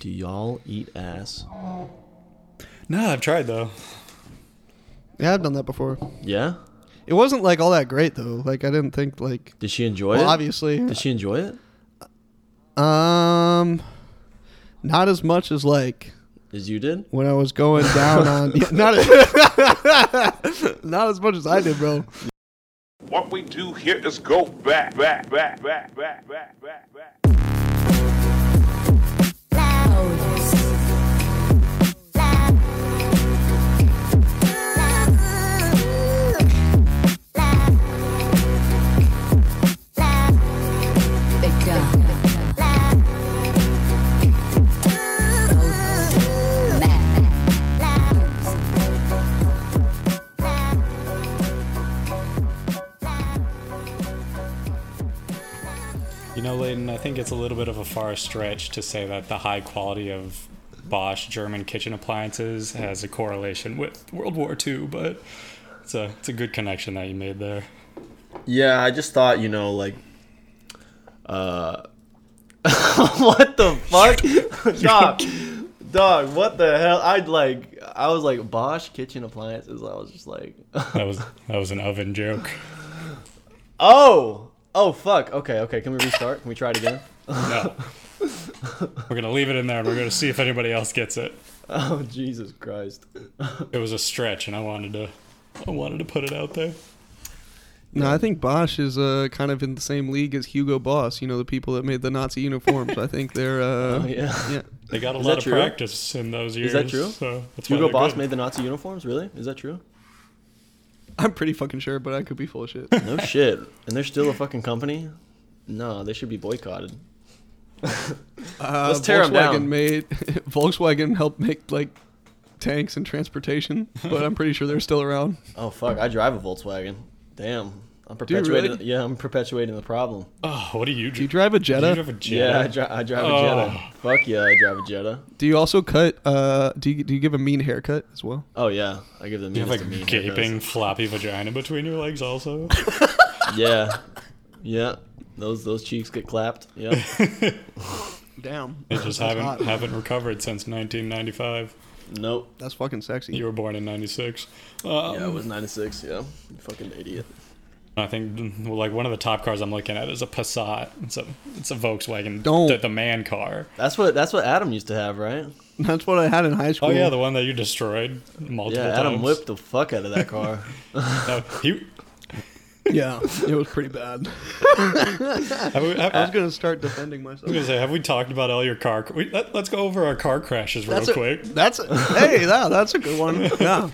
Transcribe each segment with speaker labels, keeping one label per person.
Speaker 1: Do y'all eat ass?
Speaker 2: No, I've tried though.
Speaker 3: Yeah, I've done that before.
Speaker 1: Yeah.
Speaker 3: It wasn't like all that great though. Like I didn't think like
Speaker 1: Did she enjoy
Speaker 3: well,
Speaker 1: it?
Speaker 3: obviously
Speaker 1: Did she enjoy it?
Speaker 3: um not as much as like
Speaker 1: As you did?
Speaker 3: when I was going down on yeah, not as- not as much as I did, bro.
Speaker 4: What we do here is go back, back, back, back, back, back, back, back.
Speaker 2: You know, Layton, I think it's a little bit of a far stretch to say that the high quality of Bosch German kitchen appliances has a correlation with World War II, but it's a it's a good connection that you made there.
Speaker 1: Yeah, I just thought, you know, like uh what the fuck? Dog. Dog, what the hell? I'd like I was like Bosch kitchen appliances. I was just like
Speaker 2: That was that was an oven joke.
Speaker 1: Oh! Oh fuck. Okay, okay. Can we restart? Can we try it again?
Speaker 2: No. We're gonna leave it in there and we're gonna see if anybody else gets it.
Speaker 1: Oh Jesus Christ.
Speaker 2: It was a stretch and I wanted to I wanted to put it out there.
Speaker 3: No, I think Bosch is uh, kind of in the same league as Hugo Boss. You know, the people that made the Nazi uniforms. I think they're. Uh,
Speaker 1: Oh, yeah.
Speaker 3: yeah.
Speaker 2: They got a
Speaker 1: that
Speaker 2: lot of
Speaker 1: true?
Speaker 2: practice in those years.
Speaker 1: Is that true?
Speaker 2: So that's why
Speaker 1: Hugo
Speaker 2: they're
Speaker 1: Boss
Speaker 2: good.
Speaker 1: made the Nazi uniforms, really? Is that true?
Speaker 3: I'm pretty fucking sure, but I could be full of shit.
Speaker 1: No shit. And they're still a fucking company? No, they should be boycotted.
Speaker 3: Uh,
Speaker 1: Let's tear
Speaker 3: Volkswagen
Speaker 1: 'em down.
Speaker 3: made Volkswagen helped make like tanks and transportation, but I'm pretty sure they're still around.
Speaker 1: Oh fuck, I drive a Volkswagen. Damn. I'm
Speaker 3: you really?
Speaker 1: perpetuating yeah, I'm perpetuating the problem.
Speaker 2: Oh, what do you
Speaker 3: Do you
Speaker 2: do?
Speaker 3: drive a
Speaker 2: Do
Speaker 3: Jetta?
Speaker 2: you drive a Jetta?
Speaker 1: Yeah, I, dri- I drive a Jetta.
Speaker 2: Oh.
Speaker 1: Fuck yeah, I drive a Jetta.
Speaker 3: do you also cut? Uh, do you do you give a mean haircut as well?
Speaker 1: Oh yeah, I give them.
Speaker 2: You have like gaping floppy vagina between your legs also.
Speaker 1: Yeah, yeah. Those those cheeks get clapped. Yeah.
Speaker 3: Damn,
Speaker 2: They just haven't haven't recovered since 1995.
Speaker 1: nope.
Speaker 3: that's fucking sexy.
Speaker 2: You were born in 96. Um,
Speaker 1: Yeah, I was 96. Yeah, you fucking idiot.
Speaker 2: I think well, like one of the top cars I'm looking at is a Passat. It's a it's a Volkswagen.
Speaker 3: Don't.
Speaker 2: The, the man car.
Speaker 1: That's what that's what Adam used to have, right?
Speaker 3: that's what I had in high school.
Speaker 2: Oh yeah, the one that you destroyed multiple
Speaker 1: Yeah,
Speaker 2: times.
Speaker 1: Adam whipped the fuck out of that car.
Speaker 2: No, he,
Speaker 3: yeah, it was pretty bad.
Speaker 2: have we, have,
Speaker 3: I was gonna start defending myself.
Speaker 2: I was gonna say, have we talked about all your car? We, let, us go over our car crashes real
Speaker 3: That's a-
Speaker 2: quick.
Speaker 3: That's a, hey, that, that's a good one. Yeah.
Speaker 2: Um,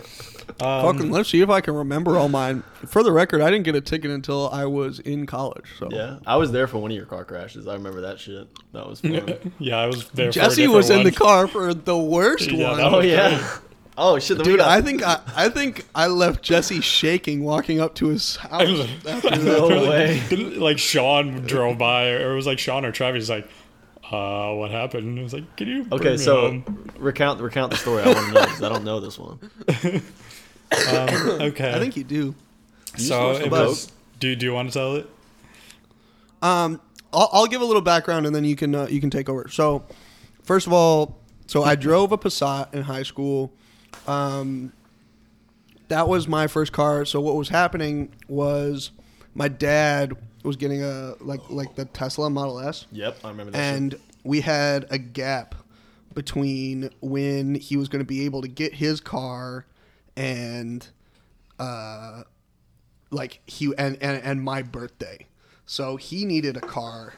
Speaker 3: Fucking let's see if I can remember all mine. For the record, I didn't get a ticket until I was in college. So
Speaker 1: yeah, I was there for one of your car crashes. I remember that shit. That was fun.
Speaker 2: Yeah, I was there.
Speaker 3: Jesse
Speaker 2: for a
Speaker 3: was in
Speaker 2: different
Speaker 3: the
Speaker 2: one.
Speaker 3: car for the worst
Speaker 2: Yeah,
Speaker 3: one.
Speaker 2: that
Speaker 1: oh
Speaker 2: was
Speaker 1: yeah. Oh shit, then we
Speaker 3: Dude,
Speaker 1: got-
Speaker 3: I think I, I think I left Jesse shaking walking up to his house.
Speaker 1: no way.
Speaker 2: Didn't, like Sean drove by, or it was like Sean or Travis. He's like, uh, what happened? And I was like, can you? bring
Speaker 1: Okay,
Speaker 2: me
Speaker 1: so
Speaker 2: home?"
Speaker 1: recount recount the story. I want to know 'cause I don't know this one.
Speaker 2: okay,
Speaker 3: I think you do.
Speaker 2: so.
Speaker 1: watched the
Speaker 2: It
Speaker 1: boat.
Speaker 2: was, do do you want to tell it?
Speaker 3: I'll, I'll give a little background and then you can uh, you can take over. So, first of all, so I drove a Passat in high school. Um, that was my first car. So what was happening was my dad was getting a like like the Tesla Model S,
Speaker 1: Yep, I remember that. shit.
Speaker 3: and we had a gap between when he was going to be able to get his car and uh, like he and and, and my birthday so he needed a car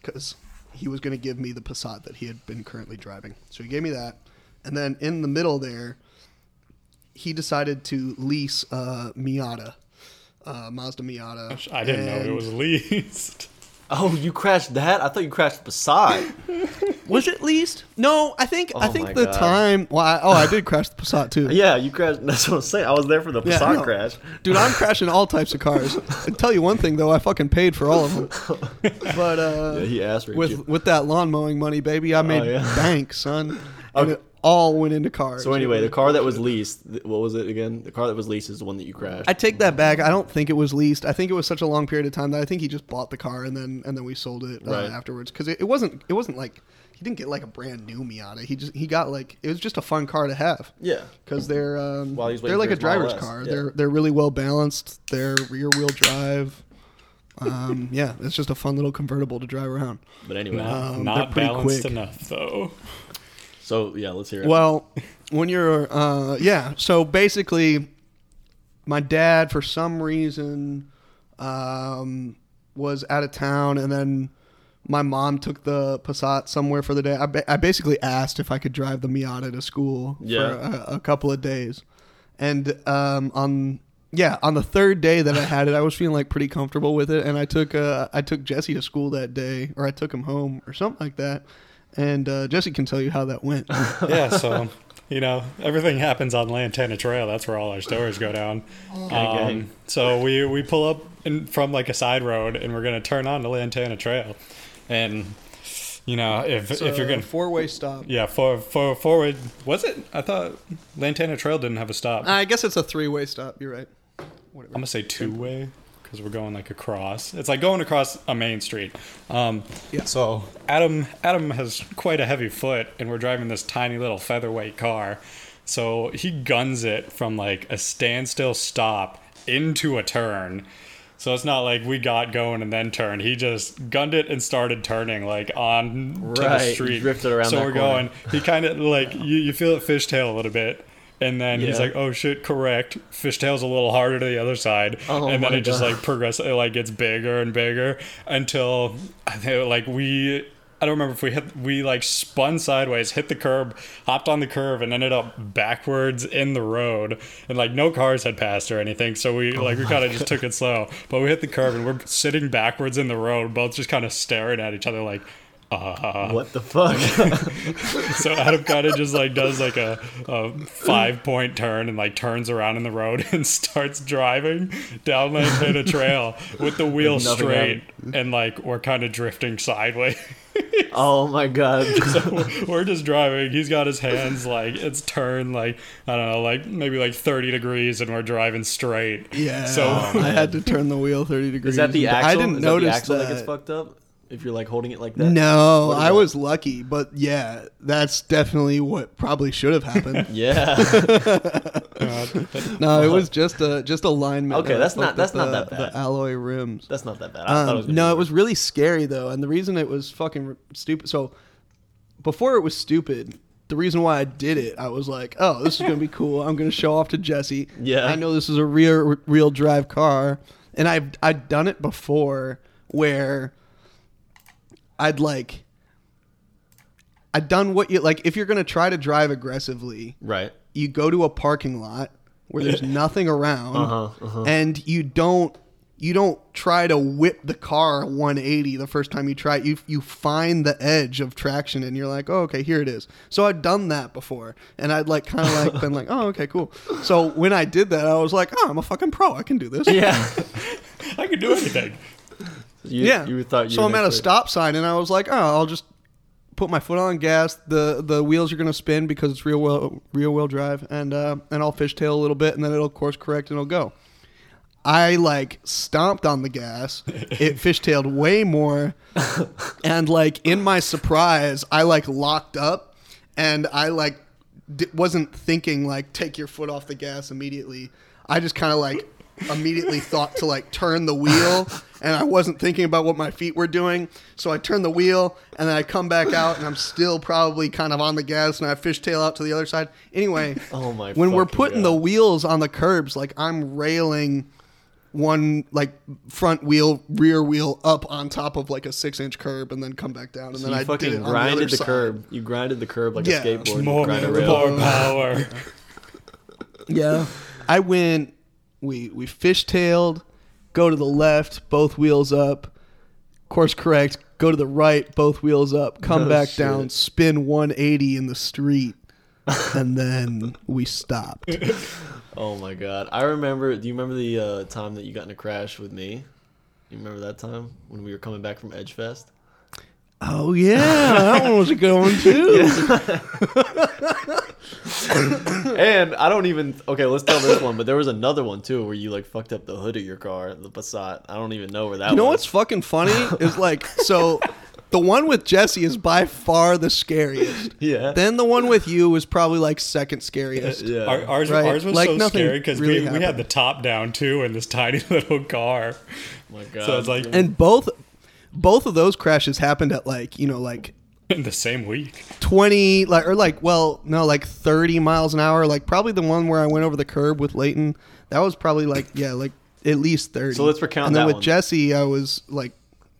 Speaker 3: because he was going to give me the passat that he had been currently driving so he gave me that and then in the middle there he decided to lease a miata uh, mazda miata
Speaker 2: I didn't know
Speaker 3: And-
Speaker 2: it was leased.
Speaker 1: Oh, you crashed that? I thought you crashed beside.
Speaker 3: was it leased no i think
Speaker 1: Oh my
Speaker 3: i think the
Speaker 1: God.
Speaker 3: time well I, oh i did crash the passat too
Speaker 1: yeah, you crashed. That's what I'm saying. I was there for the
Speaker 3: Yeah,
Speaker 1: Passat
Speaker 3: no.
Speaker 1: crash.
Speaker 3: Dude, I'm crashing all types of cars. I tell you one thing though, I fucking paid for all of them. But uh,
Speaker 1: Yeah, he ass raped
Speaker 3: with
Speaker 1: you. Oh,
Speaker 3: with that lawn mowing money, baby, I made
Speaker 1: yeah.
Speaker 3: bank, son. And it all went into cars.
Speaker 1: So anyway, the car that was leased, th- what was it again? The car that was leased is the one that you crashed.
Speaker 3: I take that back. I don't think it was leased. I think it was such a long period of time that I think he just bought the car and then and then we sold it uh,
Speaker 1: Right.
Speaker 3: afterwards because it, it wasn't it wasn't like he didn't get like a brand new Miata. He just he got like it was just a fun car to have.
Speaker 1: Yeah.
Speaker 3: because they're um,
Speaker 1: While he's waiting
Speaker 3: they're like
Speaker 1: for
Speaker 3: a
Speaker 1: his Model
Speaker 3: driver's
Speaker 1: S,
Speaker 3: car.
Speaker 1: yeah.
Speaker 3: They're they're really well balanced. They're rear wheel drive. Um, yeah, it's just a fun little convertible to drive around.
Speaker 1: But anyway,
Speaker 2: Not,
Speaker 3: Um,
Speaker 2: not
Speaker 3: they're pretty
Speaker 2: balanced
Speaker 3: quick.
Speaker 2: enough, though.
Speaker 1: so yeah, let's hear it.
Speaker 3: Well, when you're, uh, yeah. So basically, my dad, for some reason, um, was out of town, and then my mom took the Passat somewhere for the day. I, ba- I basically asked if I could drive the Miata to school
Speaker 1: Yeah.
Speaker 3: for a, a couple of days, and um, on. Yeah, on the third day that I had it, I was feeling like pretty comfortable with it, and I took uh, I took Jesse to school that day, or I took him home, or something like that. And uh, Jesse can tell you how that went.
Speaker 2: yeah, so you know everything happens on Lantana Trail. That's where all our stories go down.
Speaker 1: gang.
Speaker 2: Um, so we we pull up in, from like a side road, and we're gonna turn on to Lantana Trail, and you know if if you're gonna
Speaker 3: four way stop.
Speaker 2: yeah for for forward was it? I thought Lantana Trail didn't have a stop.
Speaker 1: Uh,
Speaker 3: I guess it's a three way stop. You're right.
Speaker 2: I'm gonna say two way because we're going like across. It's like going across a main street. Um,
Speaker 3: Yeah.
Speaker 2: So Adam Adam has quite a heavy foot, and we're driving this tiny little featherweight car. So he guns it from like a standstill stop into a turn. So it's not like we got going and then turned. He just gunned it and started turning like on to the
Speaker 1: Right,
Speaker 2: street.
Speaker 1: drifted around
Speaker 2: so
Speaker 1: that
Speaker 2: we're
Speaker 1: corner.
Speaker 2: going. He kind of like you, you feel it fishtail a little bit, and then he's
Speaker 1: Yeah.
Speaker 2: like, "Oh shit, correct." Fishtail's a little harder to the other side,
Speaker 1: Oh
Speaker 2: and then
Speaker 1: my
Speaker 2: it just
Speaker 1: God.
Speaker 2: like progress. It like gets bigger and bigger until I think like we. I don't remember if we hit we like spun sideways, hit the curb, hopped on the curve, and ended up backwards in the road. And like no cars had passed or anything, so we
Speaker 1: Oh
Speaker 2: like we kind of just took it slow. But we hit the curb and we're sitting backwards in the road, both just kind of staring at each other like, uh,
Speaker 1: what the fuck?
Speaker 2: so Adam kind of just like does like a, a five point turn and like turns around in the road and starts driving down Lantana Trail with the wheel
Speaker 1: Nothing
Speaker 2: straight and like we're kind of drifting sideways.
Speaker 1: oh my god.
Speaker 2: we're just driving. He's got his hands like it's turned like I don't know like maybe like thirty degrees and we're driving straight.
Speaker 3: Yeah.
Speaker 2: So
Speaker 3: I had to turn the wheel 30 degrees.
Speaker 1: Is that the
Speaker 3: but
Speaker 1: axle?
Speaker 3: I didn't
Speaker 1: Is
Speaker 3: notice
Speaker 1: that the axle that.
Speaker 3: that.
Speaker 1: gets fucked up if you're like holding it like that.
Speaker 3: No,
Speaker 1: What is
Speaker 3: I
Speaker 1: that?
Speaker 3: was lucky, but yeah, that's definitely what probably should have happened.
Speaker 1: Yeah.
Speaker 3: no, it was just a just a lineman.
Speaker 1: Okay,
Speaker 3: that
Speaker 1: that's
Speaker 3: fucked
Speaker 1: not- that's
Speaker 3: up
Speaker 1: not that
Speaker 3: the-
Speaker 1: bad.
Speaker 3: The alloy rims.
Speaker 1: That's not that bad. I thought it was
Speaker 3: Um,
Speaker 1: gonna
Speaker 3: no,
Speaker 1: be
Speaker 3: it was really scary though, and the reason it was fucking r- stupid. So, before it was stupid, the reason why I did it, I was like, "Oh, this is gonna be cool. I'm gonna show off to Jesse.
Speaker 1: Yeah.
Speaker 3: I know this is a rear real drive car, and I've I'd done it before where I'd like." I'd done what you like. If you're gonna try to drive aggressively,
Speaker 1: right.
Speaker 3: you go to a parking lot where there's nothing around and you don't you don't try to whip the car 180 the first time you try it. You, you find the edge of traction and you're like, oh, okay, here it is. So I'd done that before and I'd like kind of like been like, oh, okay, cool. So when I did that, I was like, oh, I'm a fucking pro. I can do this.
Speaker 1: Yeah.
Speaker 2: I could do anything.
Speaker 1: You,
Speaker 3: Yeah.
Speaker 1: You thought you.
Speaker 3: so
Speaker 1: were
Speaker 3: I'm at a
Speaker 1: next to-
Speaker 3: stop sign and I was like, oh, I'll just put my foot on gas. The the wheels are gonna spin because it's rear wheel rear wheel drive, and uh, and I'll fishtail a little bit, and then it'll course correct and it'll go. I like stomped on the gas. It fishtailed way more, and like in my surprise, I like locked up, and I like d- wasn't thinking like take your foot off the gas immediately. I just kind of like immediately thought to like turn the wheel, and I wasn't thinking about what my feet were doing. So I turned the wheel, and then I come back out, and I'm still probably kind of on the gas, and I fishtail out to the other side. Anyway,
Speaker 1: Oh my
Speaker 3: When we're
Speaker 1: fucking
Speaker 3: putting
Speaker 1: God.
Speaker 3: the wheels on the curbs, like I'm railing one like front wheel, rear wheel up on top of like a six inch curb and then come back down. And
Speaker 1: So
Speaker 3: then
Speaker 1: you
Speaker 3: I
Speaker 1: fucking
Speaker 3: did it on the, other
Speaker 1: grinded the,
Speaker 3: side.
Speaker 1: curb. You grinded the curb like
Speaker 3: Yeah.
Speaker 1: a skateboard.
Speaker 2: More,
Speaker 1: grind a rail.
Speaker 2: more power.
Speaker 3: Yeah. I went we we fishtailed, go to the left, both wheels up, course correct, go to the right, both wheels up, come
Speaker 1: Oh,
Speaker 3: back
Speaker 1: shit.
Speaker 3: down, spin one eighty in the street, and then we stopped.
Speaker 1: Oh my god. I remember. Do you remember the uh, time that you got in a crash with me? You remember that time when we were coming back from Edgefest?
Speaker 3: Oh yeah, that one was a good one too.
Speaker 1: And I don't even okay. Let's tell this one, but there was another one too where you like fucked up the hood of your car, the Passat. I don't even know where that.
Speaker 3: You know
Speaker 1: was.
Speaker 3: what's fucking funny is like so The one with Jesse is by far the scariest.
Speaker 1: Yeah.
Speaker 3: Then the one with you was probably like second scariest.
Speaker 1: Yeah.
Speaker 2: Our, ours,
Speaker 3: Right,
Speaker 2: ours was
Speaker 3: like
Speaker 2: so
Speaker 3: nothing
Speaker 2: scary because we,
Speaker 3: really
Speaker 2: we had
Speaker 3: happened.
Speaker 2: the top down too in this tiny little car.
Speaker 1: Oh my god.
Speaker 2: So it's like
Speaker 3: And both both of those crashes happened at like, you know, like
Speaker 2: in the same week.
Speaker 3: 20 like or like well, no, like 30 miles an hour, like probably the one where I went over the curb with Leighton. That was probably like yeah, like at least 30.
Speaker 1: So let's recount
Speaker 3: And then
Speaker 1: that
Speaker 3: with
Speaker 1: one.
Speaker 3: Jesse, I was like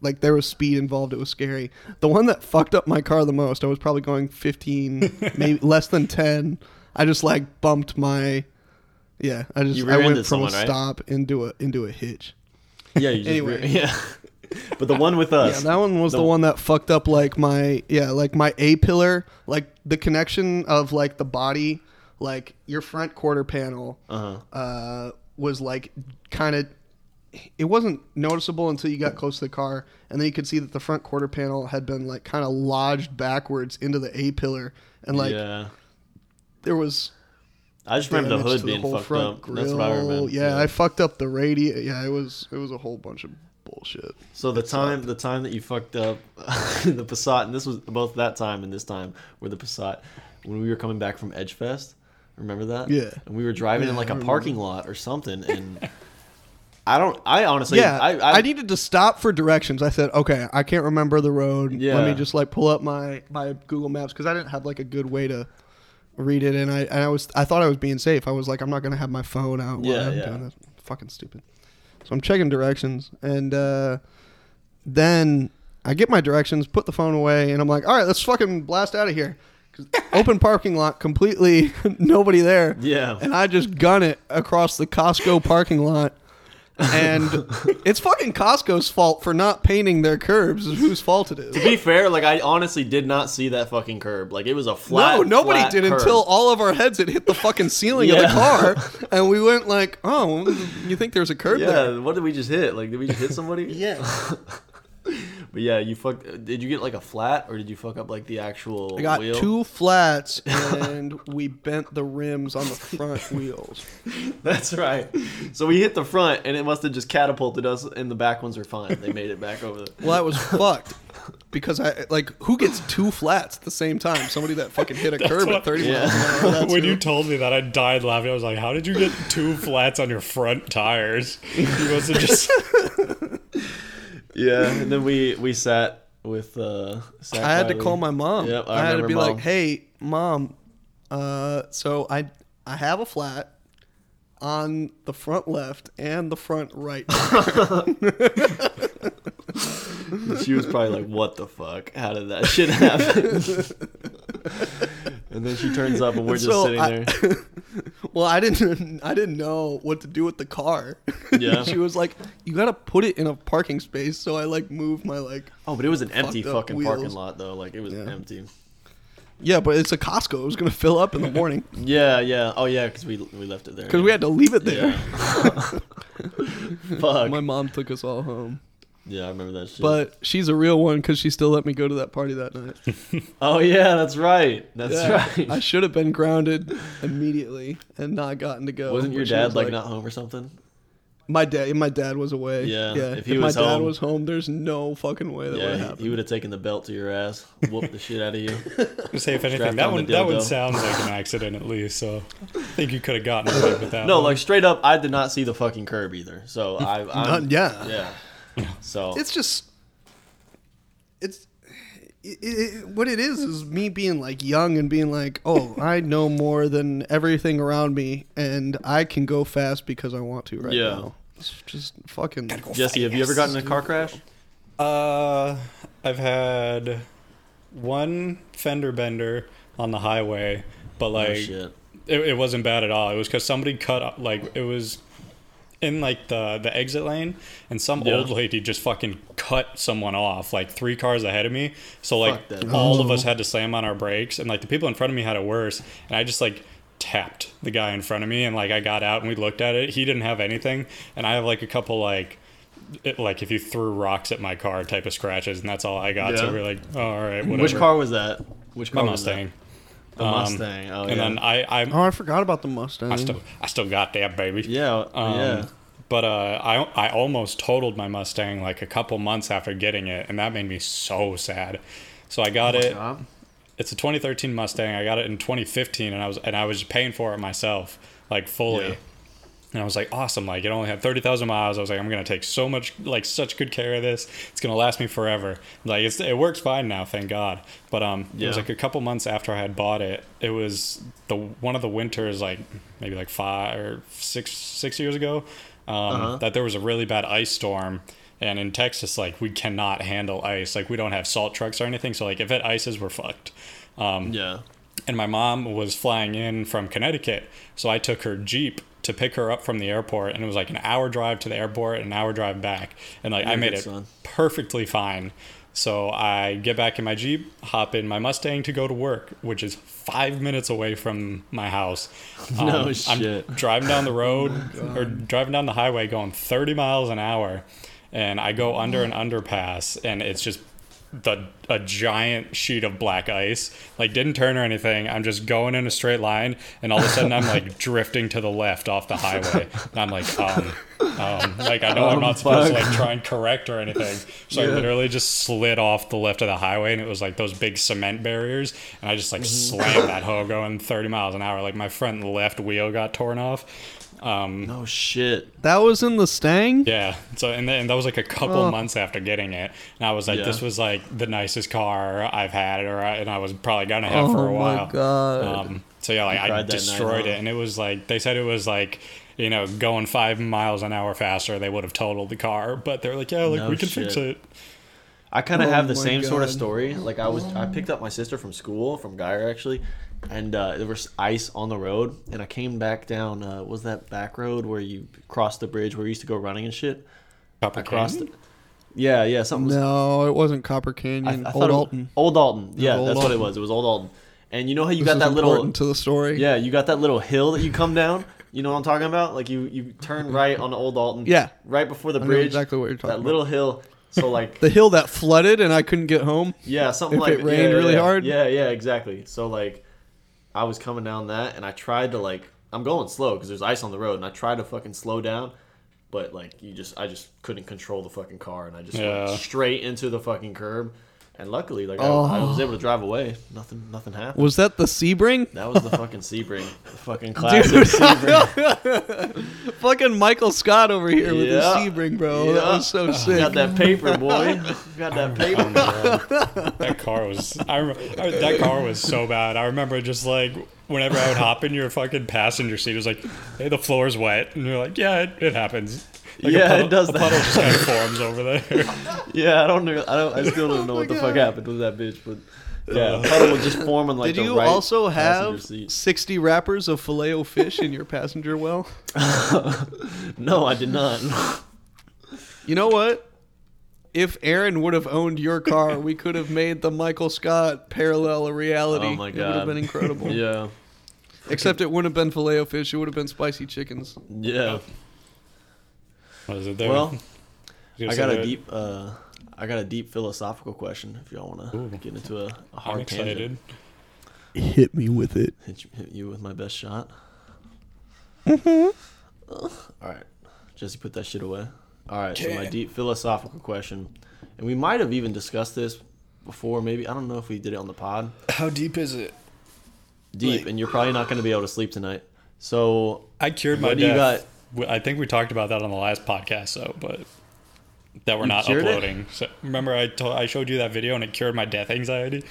Speaker 3: like there was speed involved. It was scary. The one that fucked up my car the most, I was probably going 15, maybe less than 10. I just like bumped my yeah. I just
Speaker 1: You
Speaker 3: I
Speaker 1: rear-ended
Speaker 3: went from
Speaker 1: someone,
Speaker 3: a
Speaker 1: right?
Speaker 3: stop into a into a hitch.
Speaker 1: yeah. You just
Speaker 3: Anyway.
Speaker 1: yeah. But the one with us.
Speaker 3: Yeah, that one was the, one that fucked up like my yeah, like my A pillar, like the connection of like the body, like your front quarter panel
Speaker 1: Uh-huh.
Speaker 3: uh was like kind of it wasn't noticeable until you got close to the car and then you could see that the front quarter panel had been like kind of lodged backwards into the A pillar and like
Speaker 1: yeah.
Speaker 3: there was
Speaker 1: I just remember the
Speaker 3: damage
Speaker 1: hood
Speaker 3: to the
Speaker 1: being
Speaker 3: whole
Speaker 1: fucked
Speaker 3: front
Speaker 1: up.
Speaker 3: grill.
Speaker 1: That's what I remember.
Speaker 3: Yeah, I fucked up the radio. Yeah, it was it was a whole bunch of bullshit.
Speaker 1: So the time, the time that you fucked up the Passat, and this was both that time and this time, where the Passat, when we were coming back from Edgefest, remember that?
Speaker 3: Yeah.
Speaker 1: And we were driving in
Speaker 3: Yeah,
Speaker 1: like a
Speaker 3: I remember.
Speaker 1: parking lot or something, and I don't, I honestly,
Speaker 3: yeah,
Speaker 1: I, I,
Speaker 3: needed to stop for directions. I said, okay, I can't remember the road.
Speaker 1: Yeah.
Speaker 3: Let me just like pull up my, my Google Maps because I didn't have like a good way to read it, and I and I was I thought I was being safe. I was like, I'm not gonna have my phone out while
Speaker 1: Yeah,
Speaker 3: I'm
Speaker 1: yeah.
Speaker 3: doing this. Fucking stupid. So I'm checking directions, and uh, then I get my directions, put the phone away, and I'm like, all right, let's fucking blast out of here. 'Cause Open parking lot, completely nobody there.
Speaker 1: Yeah.
Speaker 3: And I just gun it across the Costco parking lot. And it's fucking Costco's fault for not painting their curbs, is whose fault it
Speaker 1: to
Speaker 3: is.
Speaker 1: be fair, like I honestly did not see that fucking curb. Like it was a flat.
Speaker 3: No, nobody
Speaker 1: flat
Speaker 3: did
Speaker 1: curb.
Speaker 3: until all of our heads had hit the fucking ceiling
Speaker 1: Yeah.
Speaker 3: of the car. And we went like, oh, you think there's a curb
Speaker 1: Yeah,
Speaker 3: there?
Speaker 1: what did we just hit? Like, did we just hit somebody? But yeah, you fucked. Did you get like a flat, or did you fuck up like the actual?
Speaker 3: I got
Speaker 1: wheel?
Speaker 3: two flats and we bent the rims on the front wheels.
Speaker 1: That's right. So we hit the front, and it must have just catapulted us. And the back ones are fine. They made it back over. The-
Speaker 3: Well, that was fucked because I like who gets two flats at the same time? Somebody that fucking hit a curb
Speaker 2: what-
Speaker 3: at thirty
Speaker 1: Yeah.
Speaker 3: miles an hour. That's
Speaker 2: when
Speaker 3: who-
Speaker 2: you told me that, I died laughing. I was like, "How did you get two flats on your front tires? You must have just
Speaker 1: yeah, and then we we sat with. uh Zach
Speaker 3: I had to
Speaker 1: Riley.
Speaker 3: call my mom.
Speaker 1: Yep, I,
Speaker 3: I, had to
Speaker 1: remember
Speaker 3: be
Speaker 1: mom.
Speaker 3: like, "Hey, mom, uh, so I I have a flat on the front left and the front right."
Speaker 1: She was probably like, "What the fuck? How did that shit happen?" and then she turns up, and we're just
Speaker 3: So
Speaker 1: sitting
Speaker 3: I-
Speaker 1: there.
Speaker 3: well, I didn't I didn't know what to do with the car.
Speaker 1: Yeah.
Speaker 3: she was like, "You got to put it in a parking space." So I like moved my like
Speaker 1: Oh, but it was an empty
Speaker 3: fucked up
Speaker 1: fucking parking
Speaker 3: wheels.
Speaker 1: lot, though. Like it was empty.
Speaker 3: Yeah, but it's a Costco. It was going to fill up in the morning
Speaker 1: Yeah, yeah. Oh, yeah, because we we left it there.
Speaker 3: cuz we had to leave it there.
Speaker 1: Yeah. Fuck.
Speaker 3: My mom took us all home.
Speaker 1: Yeah, I remember that shit.
Speaker 3: But she's a real one because she still let me go to that party that night.
Speaker 1: oh yeah, that's right. That's right.
Speaker 3: I should have been grounded immediately and not gotten to go.
Speaker 1: Wasn't your
Speaker 3: but she
Speaker 1: dad
Speaker 3: was
Speaker 1: like, not home or something?
Speaker 3: My dad, my dad was away.
Speaker 1: Yeah,
Speaker 3: yeah.
Speaker 1: if he
Speaker 3: my
Speaker 1: was
Speaker 3: dad
Speaker 1: home-
Speaker 3: was home, there's no fucking way that would
Speaker 1: Yeah,
Speaker 3: have
Speaker 1: he, he
Speaker 3: happened.
Speaker 1: would have taken the belt to your ass, whooped the shit out of you.
Speaker 2: say if
Speaker 1: Strapped
Speaker 2: anything.
Speaker 1: on
Speaker 2: That
Speaker 1: the
Speaker 2: one, that one
Speaker 1: dildo.
Speaker 2: sounds like an accident at least. So I think you could have gotten away with that.
Speaker 1: No,
Speaker 2: one.
Speaker 1: like straight up, I did not see the fucking curb either. So I, I'm,
Speaker 3: None- Uh, yeah.
Speaker 1: yeah. So
Speaker 3: It's just, it's. It, it, what it is is me being like young and being like, oh, I know more than everything around me, and I can go fast because I want to right
Speaker 1: Yeah.
Speaker 3: now. It's just fucking.
Speaker 1: Jesse, have you ever gotten in a car crash?
Speaker 2: Uh, I've had one fender bender on the highway, but like
Speaker 1: Oh, shit.
Speaker 2: it, it wasn't bad at all. It was because somebody cut like it was in like the the exit lane, and some
Speaker 1: Yeah.
Speaker 2: old lady just fucking cut someone off like three cars ahead of me. So like
Speaker 1: Fuck that.
Speaker 2: all of us had to slam on our brakes, and like the people in front of me had it worse, and I just like tapped the guy in front of me, and like I got out and we looked at it. He didn't have anything, and I have like a couple like. It, like if you threw rocks at my car type of scratches and that's all I got
Speaker 1: Yeah.
Speaker 2: so we're like oh, all right whatever
Speaker 1: Which car was that? Which
Speaker 2: my
Speaker 1: car was that?
Speaker 2: Mustang Um,
Speaker 1: The Mustang. Oh yeah.
Speaker 2: and then I I
Speaker 3: Oh, I forgot about the Mustang.
Speaker 2: I still I still got that baby
Speaker 1: yeah.
Speaker 2: um,
Speaker 1: yeah.
Speaker 2: But uh, I, I almost totaled my Mustang like a couple months after getting it, and that made me so sad. So I got it.
Speaker 1: Oh God.
Speaker 2: It's a 2013 Mustang. I got it in 2015, and I was and I was paying for it myself, like fully.
Speaker 1: Yeah.
Speaker 2: And I was like, awesome! Like it only had 30,000 miles. I was like, I'm gonna take so much, like such good care of this. It's gonna last me forever. Like it's it works fine now, thank God. But um, it was
Speaker 1: Yeah.
Speaker 2: like a couple months after I had bought it. It was the one of the winters, like maybe like five or six six years ago, um, that there was a really bad ice storm. And in Texas, like we cannot handle ice. Like we don't have salt trucks or anything. So like if it ices, we're fucked. Um,
Speaker 1: Yeah.
Speaker 2: and my mom was flying in from Connecticut, so I took her Jeep to pick her up from the airport, and it was like an hour drive to the airport, and an hour drive back, and like I
Speaker 1: a
Speaker 2: made
Speaker 1: good
Speaker 2: it
Speaker 1: son.
Speaker 2: perfectly fine. So I get back in my Jeep, hop in my Mustang to go to work, which is five minutes away from my house. Um,
Speaker 1: No shit.
Speaker 2: I'm driving down the road or driving down the highway going 30 miles an hour, and I go under an underpass, and it's just the a giant sheet of black ice. Like didn't turn or anything. I'm just going in a straight line, and all of a sudden I'm like drifting to the left off the highway, and I'm like, um, um, like I know I'm not supposed to
Speaker 1: fuck.
Speaker 2: like try and correct or anything. So I literally just slid off the left of the highway, and it was like those big cement barriers, and I just like slammed that hoe going 30 miles an hour. Like my front left wheel got torn off. Um,
Speaker 1: No shit.
Speaker 3: That was in the Stang.
Speaker 2: yeah. So and, then, and that was like a couple months after getting it, and I was like,
Speaker 1: Oh. Yeah.
Speaker 2: this was like the nicest car I've had, or I, and I was probably gonna have for a
Speaker 3: Oh my
Speaker 2: while.
Speaker 3: God.
Speaker 2: Um, so yeah, like
Speaker 1: cried
Speaker 2: I
Speaker 1: that night,
Speaker 2: destroyed
Speaker 1: huh?
Speaker 2: it, and it was like they said it was like. You know, going five miles an hour faster, they would have totaled the car. But they're like, "Yeah, like
Speaker 1: No
Speaker 2: we can fix
Speaker 1: shit.
Speaker 2: it."
Speaker 1: I kind of
Speaker 3: Oh
Speaker 1: have the
Speaker 3: my
Speaker 1: same sort of
Speaker 3: God.
Speaker 1: story. Like I was, I picked up my sister from school, from Geyer actually, and uh, there was ice on the road, and I came back down. Uh, was that back road where you crossed the bridge where you used to go running and shit?
Speaker 2: Copper
Speaker 1: I crossed
Speaker 2: Canyon?
Speaker 1: it. Yeah, yeah, something. was-
Speaker 3: No, it wasn't Copper Canyon.
Speaker 1: I, I
Speaker 3: Old
Speaker 1: thought it-
Speaker 3: Alton.
Speaker 1: Old Alton. Yeah,
Speaker 3: Old
Speaker 1: that's what it
Speaker 3: Alton.
Speaker 1: was. It was Old Alton. And you know how you
Speaker 3: This
Speaker 1: got
Speaker 3: is
Speaker 1: that little
Speaker 3: important to the story.
Speaker 1: Yeah, you got that little hill that you come down. You know what I'm talking about? Like you you turn right on Old Alton.
Speaker 3: Yeah.
Speaker 1: Right before the
Speaker 3: know
Speaker 1: bridge.
Speaker 3: exactly what you're talking
Speaker 1: That
Speaker 3: about.
Speaker 1: little hill. So like
Speaker 3: The hill that flooded and I couldn't get home.
Speaker 1: yeah, something
Speaker 3: if
Speaker 1: like
Speaker 3: it rained
Speaker 1: yeah,
Speaker 3: really
Speaker 1: yeah,
Speaker 3: hard.
Speaker 1: Yeah, yeah, exactly. So like I was coming down that and I tried to like I'm going slow cuz there's ice on the road and I tried to fucking slow down but like you just I just couldn't control the fucking car and I just
Speaker 2: Yeah.
Speaker 1: went straight into the fucking curb and luckily like I- I, was
Speaker 3: Oh.
Speaker 1: able to drive away. Nothing nothing happened.
Speaker 3: Was that the Sebring?
Speaker 1: That was the fucking Sebring. The fucking classic Sebring.
Speaker 3: Fucking Michael Scott over here with his
Speaker 1: Yeah.
Speaker 3: Sebring, bro. That
Speaker 1: Yeah.
Speaker 3: was so
Speaker 1: You
Speaker 3: sick.
Speaker 1: got that paper, boy. You got that paper.
Speaker 2: that car was I, remember, that car was so bad. I remember just like whenever I would hop in your fucking passenger seat, it was like, "Hey, the floor's wet," and you're like, "Yeah, it, it happens." Like a
Speaker 1: Yeah, it
Speaker 2: puddle-
Speaker 1: does
Speaker 2: A
Speaker 1: that.
Speaker 2: puddle just kind of forms over there.
Speaker 1: Yeah, I don't know. I don't. I still don't know
Speaker 3: Oh my
Speaker 1: what the
Speaker 3: God.
Speaker 1: fuck happened with that bitch, but yeah, I thought it was just forming like
Speaker 3: Did
Speaker 1: the
Speaker 3: you
Speaker 1: right
Speaker 3: also
Speaker 1: passenger
Speaker 3: have
Speaker 1: seat.
Speaker 3: 60 wrappers of filet o fish in your passenger well?
Speaker 1: No, I did not.
Speaker 3: You know what? If Aaron would have owned your car, we could have made the Michael Scott parallel a reality.
Speaker 1: Oh my
Speaker 3: It would have
Speaker 1: God.
Speaker 3: been incredible.
Speaker 1: yeah,
Speaker 3: Except it wouldn't have been filet o fish. It would have been spicy chickens.
Speaker 1: yeah.
Speaker 2: What is it there?
Speaker 1: Well,
Speaker 2: You
Speaker 1: I
Speaker 2: said
Speaker 1: got a
Speaker 2: that-
Speaker 1: deep. uh I got a deep philosophical question. If y'all want to get into a, a hard
Speaker 2: I'm excited.
Speaker 1: tangent,
Speaker 3: Hit me with it.
Speaker 1: hit you, hit you with my best shot.
Speaker 3: Mm-hmm.
Speaker 1: All right, Jesse, put that shit away. All right, so my deep philosophical question, and we might have even discussed this before. Maybe I don't know if we did it on the pod.
Speaker 2: How deep is it?
Speaker 1: deep, and you're probably not going to be able to sleep tonight. So
Speaker 2: I cured my
Speaker 1: What do you
Speaker 2: death. You got? I think we talked about that on the last podcast, so but that we're not
Speaker 1: cured it?
Speaker 2: uploading. So remember, I told I showed you that video and it cured my death anxiety.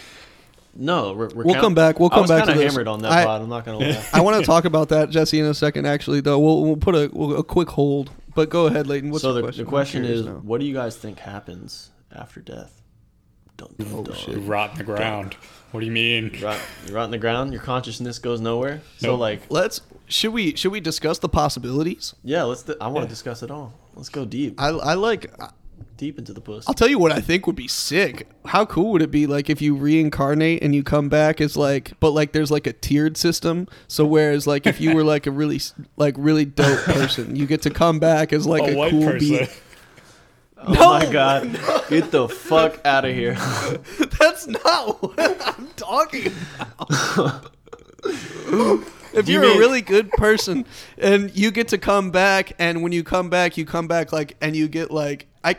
Speaker 1: no, we're,
Speaker 3: We'll come back, we'll come back to
Speaker 1: kind of
Speaker 3: this.
Speaker 1: hammered on that
Speaker 3: I-
Speaker 1: pod. I'm not going to lie.
Speaker 3: I want to talk about that, Jesse, in a second. Actually, though, we'll, we'll put a, we'll, a quick hold. But go ahead, Leighton. What's
Speaker 1: so
Speaker 3: the
Speaker 1: the,
Speaker 3: question?
Speaker 1: the question
Speaker 3: I'm curious
Speaker 1: is,
Speaker 3: now.
Speaker 1: what do you guys think happens after death? Dun, dun,
Speaker 3: Oh,
Speaker 1: dun.
Speaker 2: You rot in the ground. What do you mean?
Speaker 1: You're out, you're out in the ground. Your consciousness goes nowhere. So
Speaker 2: Nope.
Speaker 1: like,
Speaker 3: Let's should we should we discuss the possibilities?
Speaker 1: yeah, let's. Th- I want to discuss it all. Let's go deep,
Speaker 3: I, I like. I-
Speaker 1: deep into the puss.
Speaker 3: I'll tell you what I think would be sick. How cool would it be like if you reincarnate and you come back as like, but like there's like a tiered system. So whereas like if you were like a really s- like really dope person, you get to come back as like
Speaker 2: A
Speaker 3: a,
Speaker 2: white
Speaker 3: cool
Speaker 2: person.
Speaker 3: beat.
Speaker 1: Oh my god, get the fuck out of here.
Speaker 3: That's not what I'm talking about. if
Speaker 1: You
Speaker 3: you're a
Speaker 1: mean-
Speaker 3: really good person and you get to come back, and when you come back, you come back like, and you get like, I,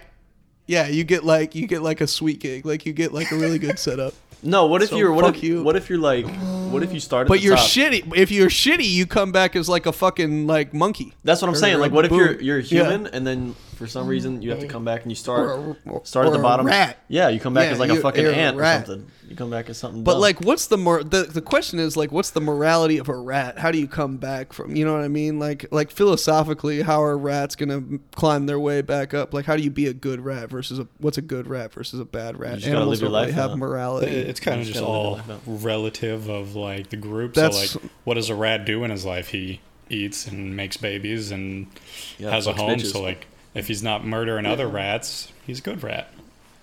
Speaker 3: yeah, you get like, you get like a sweet gig, like you get like a really good setup.
Speaker 1: No, what if
Speaker 3: So
Speaker 1: you're what
Speaker 3: fuck
Speaker 1: if
Speaker 3: you.
Speaker 1: what if you're like what if you start at
Speaker 3: But
Speaker 1: the
Speaker 3: you're
Speaker 1: top?
Speaker 3: shitty. If you're shitty, you come back as like a fucking like monkey.
Speaker 1: That's what I'm
Speaker 3: Or
Speaker 1: saying.
Speaker 3: a
Speaker 1: Like, what if
Speaker 3: boo.
Speaker 1: you're you're
Speaker 3: Yeah.
Speaker 1: human, and then for some reason you have to come back and you start
Speaker 3: Or a-
Speaker 1: start at
Speaker 3: or
Speaker 1: the
Speaker 3: a
Speaker 1: bottom.
Speaker 3: rat.
Speaker 1: Yeah, you come back
Speaker 3: Yeah,
Speaker 1: as like a
Speaker 3: you're-
Speaker 1: fucking
Speaker 3: you're a
Speaker 1: ant or
Speaker 3: rat.
Speaker 1: something. You come back as something.
Speaker 3: But
Speaker 1: dumb.
Speaker 3: like, what's the more the, the question is like, what's the morality of a rat? How do you come back from? You know what I mean? Like, like philosophically, how are rats gonna climb their way back up? Like, how do you be a good rat versus a what's a good rat versus a bad rat?
Speaker 1: just gotta live your
Speaker 3: don't really
Speaker 1: life
Speaker 3: have
Speaker 1: out.
Speaker 3: morality.
Speaker 2: It- It's kind of just
Speaker 1: gotta live
Speaker 2: all
Speaker 1: your life out.
Speaker 2: relative of like the group.
Speaker 3: That's-
Speaker 2: so like, what does a rat do in his life? He eats and makes babies and
Speaker 1: Yeah,
Speaker 2: has a
Speaker 1: fucks
Speaker 2: home.
Speaker 1: bitches.
Speaker 2: So like, if he's not murdering other rats, he's a good rat.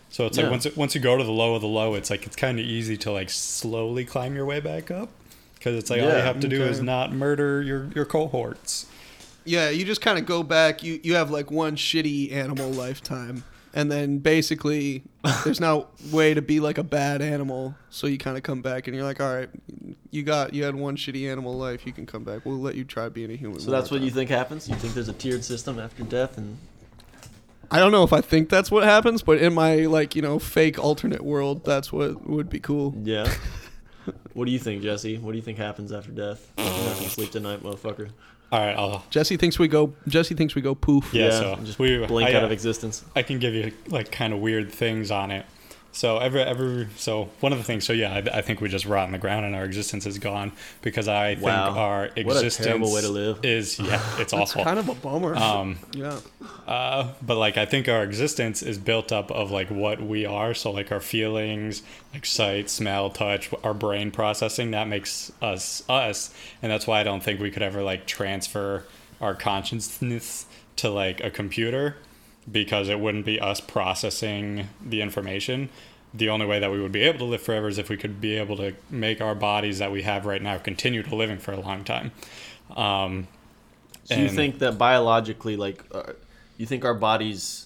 Speaker 2: So it's like
Speaker 1: Yeah.
Speaker 2: once it, once you go to the low of the low, it's like it's kind of easy to like slowly climb your way back up because it's like all you
Speaker 1: Yeah,
Speaker 2: have to do is
Speaker 3: okay.
Speaker 2: not murder your your cohorts.
Speaker 3: Yeah, you just kind of go back. You you have like one shitty animal lifetime, and then basically there's no way to be like a bad animal. So you kind of come back, and you're like, all right, you got you had one shitty animal life. You can come back. We'll let you try being a human.
Speaker 1: so that's what you think happens. You think there's a tiered system after death, and
Speaker 3: I don't know if I think that's what happens, but in my like you know fake alternate world, that's what would be cool.
Speaker 1: yeah. what do you think, Jesse? What do you think happens after death? You're not gonna sleep tonight, motherfucker.
Speaker 2: All right, I'll
Speaker 3: Jesse thinks we go. Jesse thinks we go poof.
Speaker 2: yeah. so
Speaker 1: just
Speaker 2: we
Speaker 1: blink
Speaker 2: I- uh,
Speaker 1: out of existence.
Speaker 2: I can give you like kind of weird things on it. So every every so one of the things. So yeah, I, I think we just rot on the ground and our existence is gone because I think
Speaker 1: Wow.
Speaker 2: our
Speaker 1: What a terrible
Speaker 2: existence
Speaker 1: way to live.
Speaker 2: is yeah, it's awful.
Speaker 3: Kind of a bummer.
Speaker 2: um,
Speaker 3: yeah.
Speaker 2: uh, but like I think our existence is built up of like what we are. So like our feelings, like sight, smell, touch, our brain processing that makes us us, and that's why I don't think we could ever like transfer our consciousness to like a computer because it wouldn't be us processing the information. The only way that we would be able to live forever is if we could be able to make our bodies that we have right now continue to living for a long time. Um,
Speaker 1: So you
Speaker 2: and-
Speaker 1: think that biologically, like, uh, you think our bodies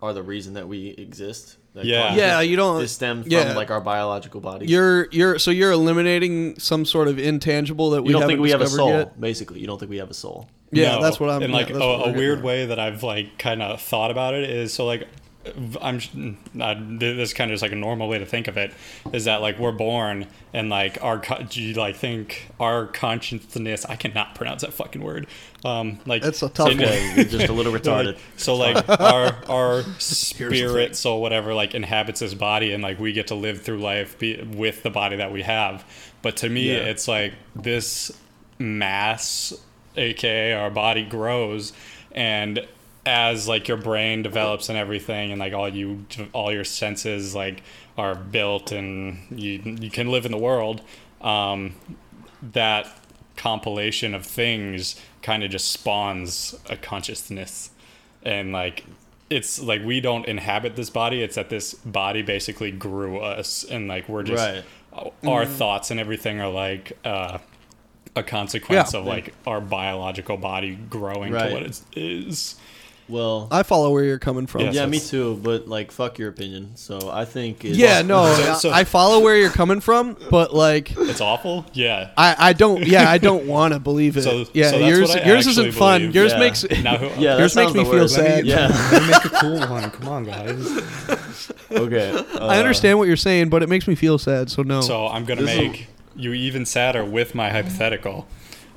Speaker 1: are the reason that we exist? That
Speaker 2: Yeah.
Speaker 1: consciousness
Speaker 3: Yeah, you don't.
Speaker 1: Is stemmed from
Speaker 3: yeah.
Speaker 1: like our biological bodies.
Speaker 3: You're you're so you're eliminating some sort of intangible that we
Speaker 1: you don't
Speaker 3: haven't
Speaker 1: think we have a
Speaker 3: discovered
Speaker 1: soul,
Speaker 3: yet.
Speaker 1: basically. You don't think we have a soul.
Speaker 3: Yeah,
Speaker 2: No.
Speaker 3: that's what I'm.
Speaker 2: And
Speaker 3: yeah,
Speaker 2: like
Speaker 3: that's
Speaker 2: a,
Speaker 3: what we're
Speaker 2: a
Speaker 3: getting
Speaker 2: weird
Speaker 3: at.
Speaker 2: way that I've like kind of thought about it is so like I'm not, this kind of just like a normal way to think of it is that like we're born and like our co- do you like think our consciousness I cannot pronounce that fucking word um like
Speaker 3: That's a tough
Speaker 2: it-
Speaker 3: one.
Speaker 1: You're just a little
Speaker 2: so, like-
Speaker 1: retarded.
Speaker 2: so like our our spirit soul whatever like inhabits this body and like we get to live through life be, with the body that we have but to me
Speaker 1: Yeah.
Speaker 2: it's like this mass aka our body grows and as like your brain develops and everything and like all you all your senses like are built and you you can live in the world um that compilation of things kind of just spawns a consciousness and like it's like we don't inhabit this body it's that this body basically grew us and like we're just
Speaker 1: Right.
Speaker 2: our thoughts and everything are like uh a consequence
Speaker 3: Yeah.
Speaker 2: of like our biological body growing
Speaker 1: Right.
Speaker 2: to what it is
Speaker 1: Well,
Speaker 3: I follow where you're coming from.
Speaker 2: Yes.
Speaker 1: yeah,
Speaker 2: so
Speaker 1: me
Speaker 2: it's-
Speaker 1: too. But like, fuck your opinion. So I think. It's,
Speaker 3: Yeah, no,
Speaker 2: So-
Speaker 3: I-
Speaker 2: so-
Speaker 3: I follow where you're coming from, but like,
Speaker 2: it's awful yeah
Speaker 3: I, I don't. Yeah, I don't want to believe it.
Speaker 2: So-
Speaker 3: yeah,
Speaker 2: so that's
Speaker 3: yours
Speaker 2: what I
Speaker 3: yours isn't
Speaker 2: actually
Speaker 3: fun.
Speaker 2: believe,
Speaker 3: Yours
Speaker 1: yeah.
Speaker 3: makes
Speaker 2: now who,
Speaker 1: Yeah, that
Speaker 3: yours makes
Speaker 1: sounds
Speaker 3: me
Speaker 1: the
Speaker 3: feel
Speaker 1: worst.
Speaker 3: sad.
Speaker 1: Yeah.
Speaker 2: let me make a cool one come on guys
Speaker 1: okay.
Speaker 3: I
Speaker 1: uh,
Speaker 3: understand what you're saying, but it makes me feel sad. So no.
Speaker 2: So I'm gonna
Speaker 1: This is-
Speaker 2: make you even sadder with my hypothetical.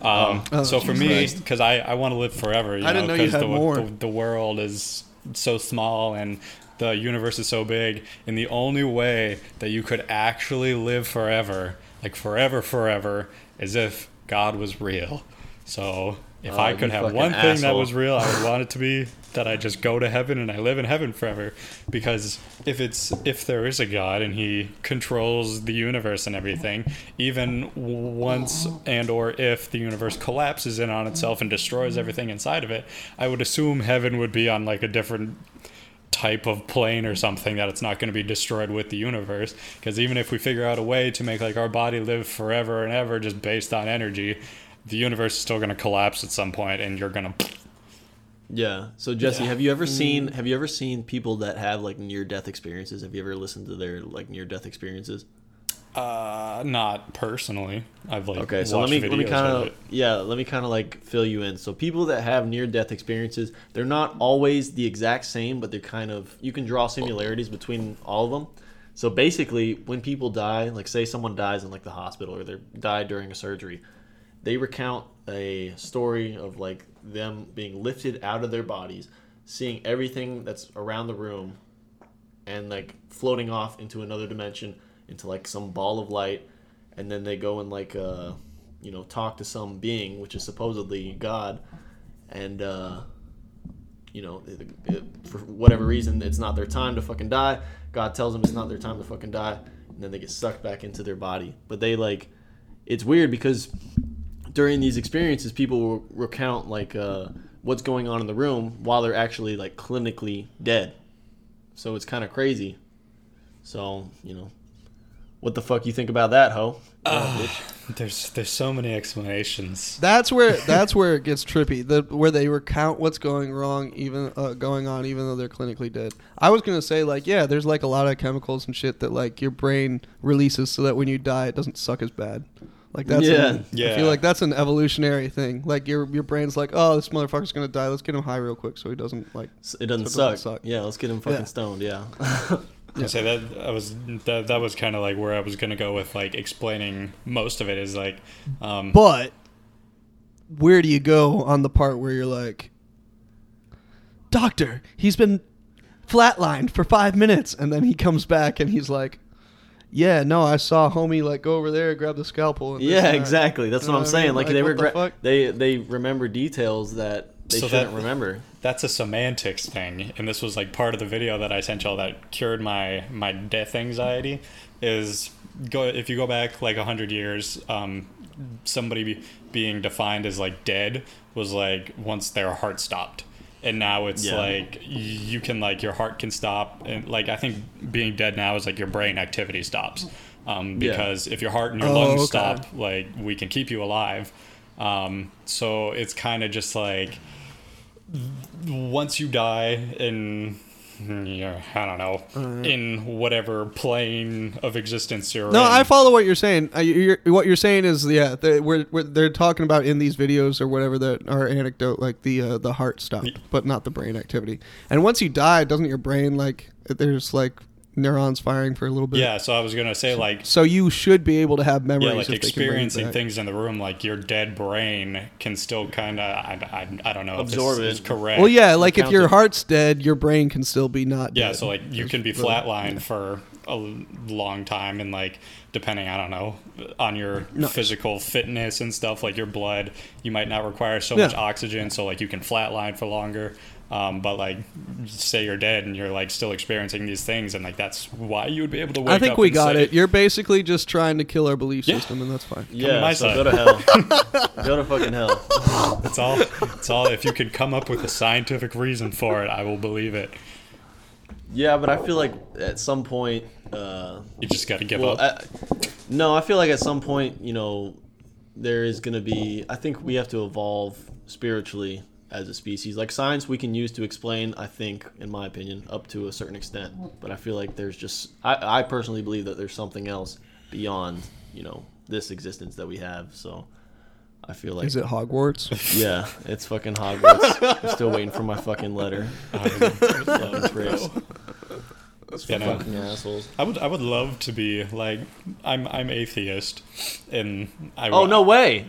Speaker 2: Um, so for me, because I, I want to live forever. You
Speaker 3: I didn't know you
Speaker 2: 'cause
Speaker 3: had
Speaker 2: the,
Speaker 3: more.
Speaker 2: The, the world is so small and the universe is so big, and the only way that you could actually live forever, like forever, forever, is if God was real. So if
Speaker 1: Oh,
Speaker 2: I
Speaker 1: you
Speaker 2: could have
Speaker 1: fucking
Speaker 2: one thing that
Speaker 1: asshole.
Speaker 2: was real, I would want it to be that I just go to heaven and I live in heaven forever. Because if it's if there is a God and He controls the universe and everything, even w- once and or if the universe collapses in on itself and destroys everything inside of it, I would assume heaven would be on like a different type of plane or something that it's not going to be destroyed with the universe because even if we figure out a way to make like our body live forever and ever just based on energy the universe is still going to collapse at some point and you're going to
Speaker 1: Yeah. So Jesse, have you ever seen have you ever seen people that have like near death experiences? Have you ever listened to their like near death experiences?
Speaker 2: Uh, not personally. I've like
Speaker 1: Okay, so let
Speaker 2: watched
Speaker 1: me let me
Speaker 2: videos
Speaker 1: kind
Speaker 2: of
Speaker 1: of
Speaker 2: it.
Speaker 1: yeah, let me kind of like fill you in. So people that have near death experiences, they're not always the exact same, but they're kind of you can draw similarities between all of them. So basically, when people die, like say someone dies in like the hospital or they die during a surgery, they recount a story of like them being lifted out of their bodies, seeing everything that's around the room and like floating off into another dimension into like some ball of light and then they go and like uh you know talk to some being which is supposedly god and uh you know it, it, for whatever reason it's not their time to fucking die god tells them it's not their time to fucking die and then they get sucked back into their body but they like it's weird because during these experiences people will recount like uh what's going on in the room while they're actually like clinically dead so it's kind of crazy. So you know, what the fuck you think about that, ho?
Speaker 2: There's there's so many explanations.
Speaker 3: That's where that's where it gets trippy. The where they recount what's going wrong, even uh, going on, even though they're clinically dead. I was gonna say like, yeah, there's like a lot of chemicals and shit that like your brain releases so that when you die, it doesn't suck as bad. Like that's
Speaker 1: Yeah.
Speaker 3: an- I
Speaker 2: Yeah.
Speaker 3: feel like that's an evolutionary thing. Like your your brain's like, oh, this motherfucker's gonna die. Let's get him high real quick so he doesn't
Speaker 1: It
Speaker 3: like.
Speaker 1: doesn't,
Speaker 3: So it doesn't
Speaker 1: suck.
Speaker 3: suck.
Speaker 1: Yeah, let's get him fucking
Speaker 3: Yeah.
Speaker 1: stoned. Yeah.
Speaker 2: I say that I was that, that was kind of like where I was gonna go with like explaining most of it is like, um,
Speaker 3: But where do you go on the part where you're like, Doctor, he's been flatlined for five minutes, and then he comes back and he's like, Yeah, no, I saw homie like go over there, grab the scalpel. And this
Speaker 1: yeah,
Speaker 3: and that."
Speaker 1: exactly. That's
Speaker 3: You
Speaker 1: what
Speaker 3: know
Speaker 1: I'm
Speaker 3: I
Speaker 1: saying.
Speaker 3: mean?
Speaker 1: Like, they
Speaker 3: what the
Speaker 1: regret.
Speaker 3: fuck?
Speaker 1: they they remember details that they
Speaker 2: So
Speaker 1: shouldn't
Speaker 2: that-
Speaker 1: remember.
Speaker 2: that's a semantics thing and this was like part of the video that i sent y'all that cured my my death anxiety is go if you go back like 100 years um somebody be, being defined as like dead was like once their heart stopped and now it's
Speaker 1: Yeah.
Speaker 2: like you can like your heart can stop and like i think being dead now is like your brain activity stops um
Speaker 1: Yeah.
Speaker 2: because if your heart and your
Speaker 3: Oh,
Speaker 2: lungs
Speaker 3: okay.
Speaker 2: stop like we can keep you alive um so it's kind of just like once you die in yeah, I don't know in whatever plane of existence you're
Speaker 3: Uh-huh. No,
Speaker 2: in.
Speaker 3: I follow what you're saying. Uh, you you're, what you're saying is, yeah, they, we're, we're, they're talking about in these videos or whatever that our anecdote, like the uh, the heart stopped, but not the brain activity. And once you die, doesn't your brain like there's like neurons firing for a little bit?
Speaker 2: yeah. So I was gonna say like
Speaker 3: So you should be able to have memories.
Speaker 2: yeah, like
Speaker 3: if they can bring it
Speaker 2: experiencing
Speaker 3: back.
Speaker 2: things in the room, like your dead brain can still kind of I, I, I don't know
Speaker 1: Absorb
Speaker 2: if this is
Speaker 1: it.
Speaker 2: correct.
Speaker 3: Well, yeah, like if
Speaker 1: Count
Speaker 3: your
Speaker 1: it.
Speaker 3: heart's dead, your brain can still be not.
Speaker 2: Yeah,
Speaker 3: dead.
Speaker 2: so like you can be flatlined for a l- long time, and like depending, I don't know, on your physical fitness and stuff, like your blood, you might not require so much
Speaker 3: Yeah.
Speaker 2: oxygen, so like you can flatline for longer. Um, but like, say you're dead and you're like still experiencing these things, and like that's why you would be able to wake
Speaker 3: I think
Speaker 2: up
Speaker 3: we
Speaker 2: and
Speaker 3: got
Speaker 2: say-
Speaker 3: it. You're basically just trying to kill our belief system, and that's fine.
Speaker 1: Yeah.
Speaker 2: my
Speaker 1: so
Speaker 2: side.
Speaker 1: go to hell. go to fucking hell.
Speaker 2: It's all. It's all. If you could come up with a scientific reason for it, I will believe it.
Speaker 1: Yeah, but I feel like at some point. uh
Speaker 2: You just got to give
Speaker 1: Well,
Speaker 2: up.
Speaker 1: I, no, I feel like at some point, you know, there is going to be. I think we have to evolve spiritually as a species. Like science, we can use to explain. I think, in my opinion, up to a certain extent. But I feel like there's just. I, I personally believe that there's something else beyond, you know, this existence that we have. So. I feel like
Speaker 3: Is it Hogwarts?
Speaker 1: yeah, it's fucking Hogwarts. I'm still waiting for my fucking letter. Fucking pricks.
Speaker 2: you know?
Speaker 1: Fucking assholes.
Speaker 2: I would I would love to be like I'm I'm atheist and I
Speaker 1: Oh no way!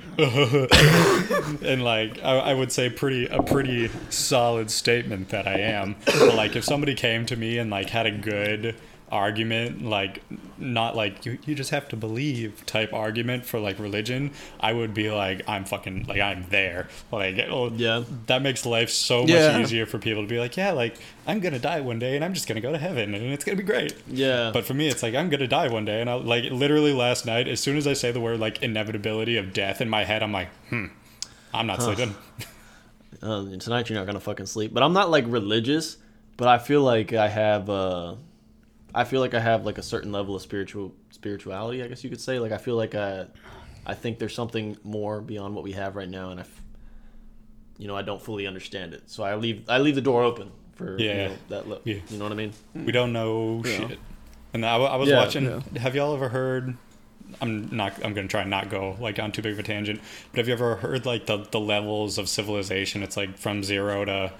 Speaker 2: and like I, I would say pretty a pretty solid statement that I am but like if somebody came to me and like had a good argument like not like you, you just have to believe type argument for like religion I would be like I'm fucking like I'm there like oh,
Speaker 1: Yeah.
Speaker 2: that makes life so
Speaker 3: Yeah.
Speaker 2: much easier for people to be like yeah like I'm gonna die one day and I'm just gonna go to heaven and it's gonna be great
Speaker 1: Yeah,
Speaker 2: but for me, it's like I'm gonna die one day, and I like literally last night. As soon as I say the word like inevitability of death in my head, I'm like, hmm, I'm not sleeping.
Speaker 1: Um, tonight you're not gonna fucking sleep. But I'm not like religious, but I feel like I have uh I feel like I have like a certain level of spiritual spirituality, I guess you could say. Like I feel like I I think there's something more beyond what we have right now and I f- you know, I don't fully understand it. So I leave I leave the door open for you
Speaker 2: Yeah.
Speaker 1: know, that look.
Speaker 2: Yeah.
Speaker 1: You know what I mean?
Speaker 2: We don't know shit. And I, wa- I was
Speaker 1: Yeah,
Speaker 2: watching.
Speaker 3: yeah.
Speaker 2: Have y'all ever heard I'm not. I'm gonna try and not go like on too big of a tangent. But have you ever heard like the the levels of civilization? It's like from zero to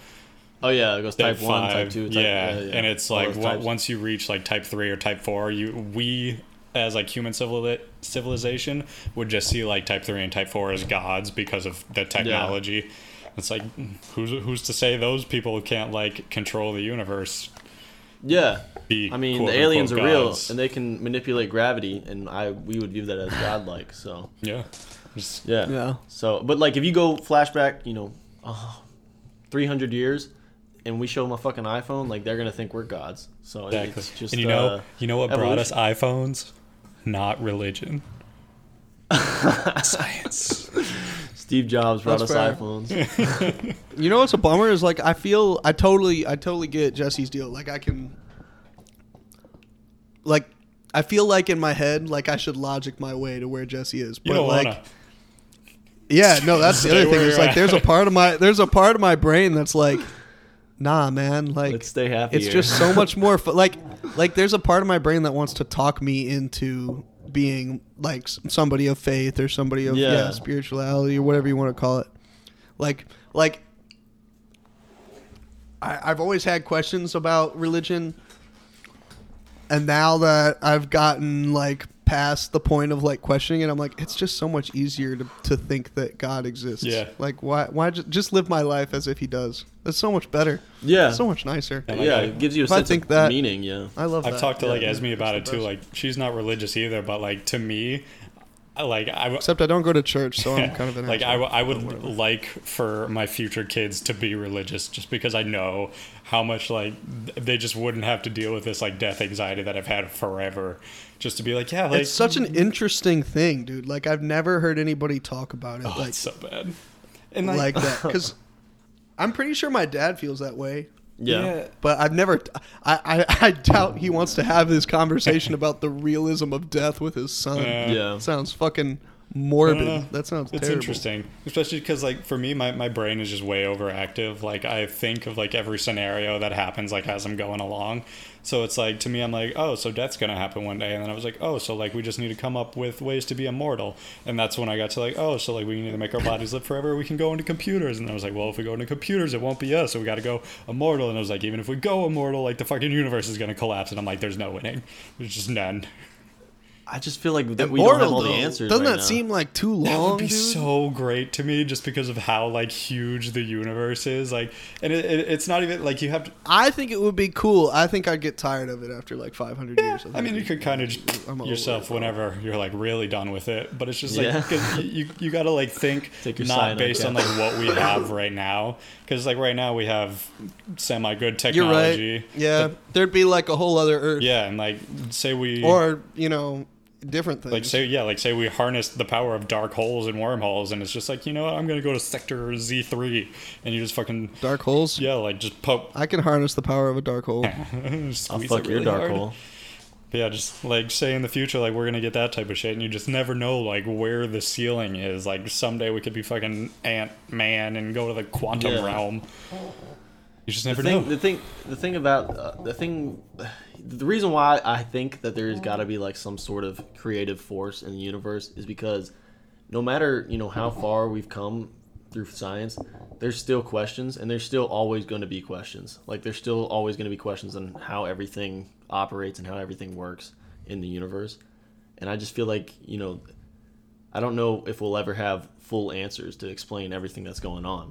Speaker 1: Oh yeah, it goes type one, type
Speaker 2: five.
Speaker 1: two, type
Speaker 2: yeah. and it's
Speaker 1: all
Speaker 2: like
Speaker 1: those
Speaker 2: wa-
Speaker 1: types.
Speaker 2: once you reach like type three or type four, you we as like human civili- civilization would just see like type three and type four as gods because of the technology. It's like who's who's to say those people can't like control the universe?
Speaker 1: Yeah.
Speaker 2: Be
Speaker 1: I mean,
Speaker 2: quote,
Speaker 1: the aliens are
Speaker 2: unquote,
Speaker 1: real
Speaker 2: gods.
Speaker 1: and they can manipulate gravity, and I we would view that as godlike. So
Speaker 2: Yeah, Just-
Speaker 1: yeah,
Speaker 3: Yeah.
Speaker 1: So, but like, if you go flashback, you know, uh, three hundred years, and we show them a fucking iPhone, like they're gonna think we're gods. So it-
Speaker 2: exactly.
Speaker 1: it's just
Speaker 2: and you know,
Speaker 1: uh,
Speaker 2: you know what brought us
Speaker 1: evolution.
Speaker 2: iPhones? Not religion. Science.
Speaker 1: Steve Jobs brought
Speaker 3: That's
Speaker 1: us
Speaker 3: fair.
Speaker 1: iPhones.
Speaker 3: You know what's a bummer is like I feel I totally I totally get Jesse's deal. Like I can like I feel like in my head like I should logic my way to where Jesse is. But
Speaker 2: You don't
Speaker 3: like
Speaker 2: wanna.
Speaker 3: Yeah, no, that's the
Speaker 2: Stay
Speaker 3: other thing.
Speaker 2: where
Speaker 3: It's
Speaker 2: you're
Speaker 3: like there's a
Speaker 2: at.
Speaker 3: part of my there's a part of my brain that's like, nah, man, like
Speaker 1: Let's stay happy.
Speaker 3: it's
Speaker 1: here.
Speaker 3: just so much more fu- like like there's a part of my brain that wants to talk me into being like s- somebody of faith or somebody of yeah.
Speaker 1: Yeah.
Speaker 3: spirituality or whatever you want to call it like like I, i've always had questions about religion and now that i've gotten like past the point of like questioning it i'm like it's just so much easier to, to think that god exists
Speaker 2: Yeah.
Speaker 3: like why why just, just live my life as if he does that's so much better
Speaker 1: Yeah.
Speaker 3: so much nicer
Speaker 1: yeah, it gives you a
Speaker 3: I
Speaker 1: sense
Speaker 3: think
Speaker 1: of
Speaker 3: that-
Speaker 1: meaning. Yeah.
Speaker 3: I love.
Speaker 2: I've
Speaker 3: that.
Speaker 2: talked to
Speaker 3: Yeah.
Speaker 2: like Esme about it
Speaker 3: It's the
Speaker 2: too.
Speaker 3: best.
Speaker 2: Like she's not religious either, but like to me, I- like I w-
Speaker 3: except I don't go to church, so I'm kind of an
Speaker 2: like I,
Speaker 3: asshole.
Speaker 2: w- I would like for my future kids to be religious just because I know how much like th- they just wouldn't have to deal with this like death anxiety that I've had forever. Just to be like, yeah, like
Speaker 3: it's such an interesting thing, dude. Like I've never heard anybody talk about it
Speaker 2: oh,
Speaker 3: like
Speaker 2: it's so bad. And like,
Speaker 3: like that because I'm pretty sure my dad feels that way.
Speaker 1: Yeah.
Speaker 3: But I've never, I, I, I doubt he wants to have this conversation about the realism of death with his son.
Speaker 2: Yeah.
Speaker 1: Yeah.
Speaker 3: Sounds fucking morbid.
Speaker 2: Uh,
Speaker 3: that sounds
Speaker 2: it's
Speaker 3: terrible.
Speaker 2: interesting especially because like for me my, my brain is just way overactive like i think of like every scenario that happens like as i'm going along so it's like to me i'm like oh so death's gonna happen one day and then i was like oh so like we just need to come up with ways to be immortal and that's when i got to like oh so like we need to make our bodies live forever we can go into computers and i was like well if we go into computers it won't be us so we gotta go immortal and i was like even if we go immortal like the fucking universe is gonna collapse and i'm like there's no winning there's just none
Speaker 1: I just feel like that we don't have
Speaker 3: Immortal,
Speaker 1: all the
Speaker 3: though.
Speaker 1: answers.
Speaker 3: Doesn't
Speaker 1: right
Speaker 3: that
Speaker 1: now.
Speaker 3: seem like too long?
Speaker 2: That would be
Speaker 3: dude?
Speaker 2: so great to me just because of how like huge the universe is like and it, it, it's not even like you have to
Speaker 3: I think it would be cool. I think I'd get tired of it after like 500 years.
Speaker 2: I mean, you
Speaker 3: think
Speaker 2: could kind of
Speaker 3: I'm over
Speaker 2: yourself
Speaker 3: it.
Speaker 2: whenever you're like really done with it, but it's just like
Speaker 1: Yeah.
Speaker 2: 'cause you you got to like think
Speaker 1: Take your
Speaker 2: not
Speaker 1: cyanide
Speaker 2: based on
Speaker 1: cap.
Speaker 2: like what we have right now because like right now we have semi good
Speaker 3: You're right.
Speaker 2: technology.
Speaker 3: Yeah, there'd be like a whole other Earth,
Speaker 2: Yeah, and like say we
Speaker 3: or you know, different things.
Speaker 2: like say yeah like say we harness the power of dark holes and wormholes and it's just like you know what I'm gonna go to sector Z3 and you just fucking
Speaker 3: dark holes.
Speaker 2: yeah like just poke
Speaker 3: I can harness the power of a dark hole.
Speaker 1: I'll
Speaker 2: I'll
Speaker 1: Oh, fuck your dark hole.
Speaker 2: But yeah, just like say in the future, like we're gonna get that type of shit, and you just never know like where the ceiling is. Like someday we could be fucking Ant Man and go to the quantum
Speaker 1: Yeah.
Speaker 2: realm. You just never
Speaker 1: the thing,
Speaker 2: know.
Speaker 1: the thing, the thing about uh, the thing, the reason why I think that there's got to be like some sort of creative force in the universe is because no matter you know how far we've come through science, there's still questions, and there's still always going to be questions. Like there's still always going to be questions on how everything operates and how everything works in the universe. And I just feel like you know, I don't know if we'll ever have full answers to explain everything that's going on.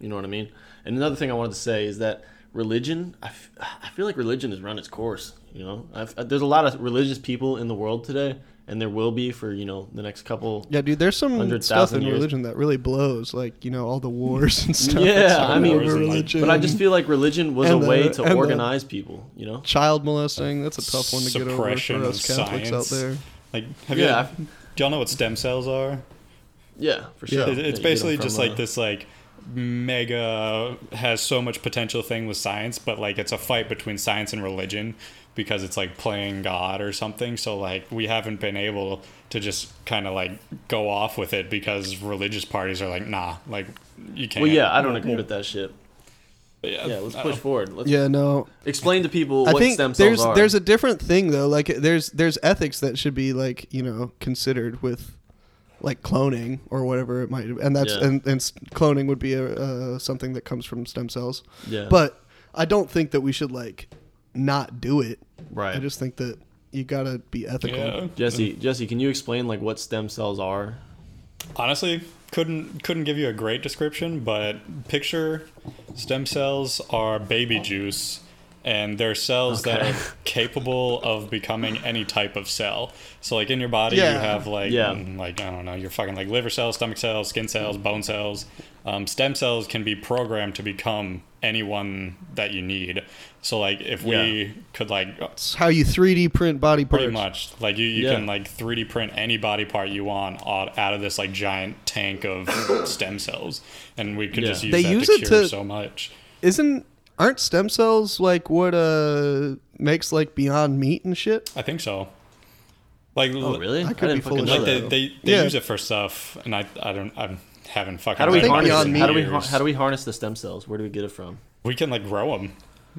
Speaker 1: You know what I mean? And another thing I wanted to say is that religion, I, f- I feel like religion has run its course. You know, I've, there's a lot of religious people in the world today, and there will be for you know the next couple.
Speaker 3: Yeah, dude, there's some
Speaker 1: Hundred
Speaker 3: stuff
Speaker 1: thousand
Speaker 3: in
Speaker 1: years.
Speaker 3: religion that really blows. Like you know, all the wars and stuff.
Speaker 1: Yeah,
Speaker 3: that's all
Speaker 1: I mean,
Speaker 3: over
Speaker 2: but I
Speaker 3: religion.
Speaker 1: But I just feel like religion was a
Speaker 3: And the-
Speaker 1: way
Speaker 3: and
Speaker 1: to
Speaker 3: the-
Speaker 1: organize people. You know?
Speaker 3: child molesting. That's a tough one to get over
Speaker 2: Suppression
Speaker 3: for us
Speaker 2: of
Speaker 3: Catholics
Speaker 2: science.
Speaker 3: out there.
Speaker 2: Like, have
Speaker 1: Yeah,
Speaker 2: you? Do y'all know what stem cells are?
Speaker 1: Yeah, for sure.
Speaker 3: Yeah.
Speaker 1: Yeah,
Speaker 2: It-
Speaker 1: you get
Speaker 2: it's
Speaker 1: 'em
Speaker 2: basically
Speaker 1: from,
Speaker 2: just
Speaker 1: uh,
Speaker 2: like this like mega has so much potential thing with science but like it's a fight between science and religion because it's like playing god or something so like we haven't been able to just kind of like go off with it because religious parties are like nah like you can't
Speaker 1: Well, yeah, I don't agree with that shit.
Speaker 2: But yeah,
Speaker 1: Yeah, let's
Speaker 2: I
Speaker 1: push
Speaker 2: don't-
Speaker 1: forward. Let's
Speaker 3: Yeah, no.
Speaker 1: explain to people
Speaker 3: I
Speaker 1: what
Speaker 3: think
Speaker 1: stem cells
Speaker 3: there's
Speaker 1: are.
Speaker 3: there's a different thing though. Like there's there's ethics that should be like you know considered with like cloning or whatever it might, and that's
Speaker 1: Yeah.
Speaker 3: and, and s- cloning would be a, uh, something that comes from stem cells.
Speaker 1: Yeah.
Speaker 3: But I don't think that we should like not do it.
Speaker 1: Right.
Speaker 3: I just think that you gotta be ethical.
Speaker 2: Yeah.
Speaker 1: Jesse, Jesse, can you explain like what stem cells are?
Speaker 2: honestly couldn't couldn't give you a great description but picture stem cells are baby juice and they're cells that are capable of becoming any type of cell so like in your body you
Speaker 3: Yeah.
Speaker 2: have like
Speaker 1: Yeah.
Speaker 2: mm, like i don't know your fucking like liver cells stomach cells skin cells bone cells um, stem cells can be programmed to become anyone that you need so like if we
Speaker 1: Yeah.
Speaker 2: could like
Speaker 3: It's how you 3D print body parts.
Speaker 2: pretty much like you, you
Speaker 1: Yeah.
Speaker 2: can like 3d print any body part you want out, out of this like giant tank of stem cells and we could
Speaker 1: Yeah.
Speaker 2: just use
Speaker 3: They
Speaker 2: that
Speaker 3: use
Speaker 2: to
Speaker 3: it
Speaker 2: cure
Speaker 3: to-
Speaker 2: so much
Speaker 3: Isn't aren't stem cells like what uh makes like Beyond Meat and shit?
Speaker 2: i think so like
Speaker 1: Oh, really?
Speaker 3: I could be full of
Speaker 1: know
Speaker 2: like
Speaker 3: shit.
Speaker 2: they,
Speaker 1: that.
Speaker 2: they, they
Speaker 3: Yeah.
Speaker 2: use it for stuff and i i don't i haven't fucking
Speaker 1: How do we
Speaker 2: read
Speaker 3: think
Speaker 2: about
Speaker 1: harness?
Speaker 2: it
Speaker 3: Beyond
Speaker 2: in
Speaker 1: How do we har-
Speaker 2: years.
Speaker 1: how do we harness the stem cells? Where do we get it from?
Speaker 2: we can like grow them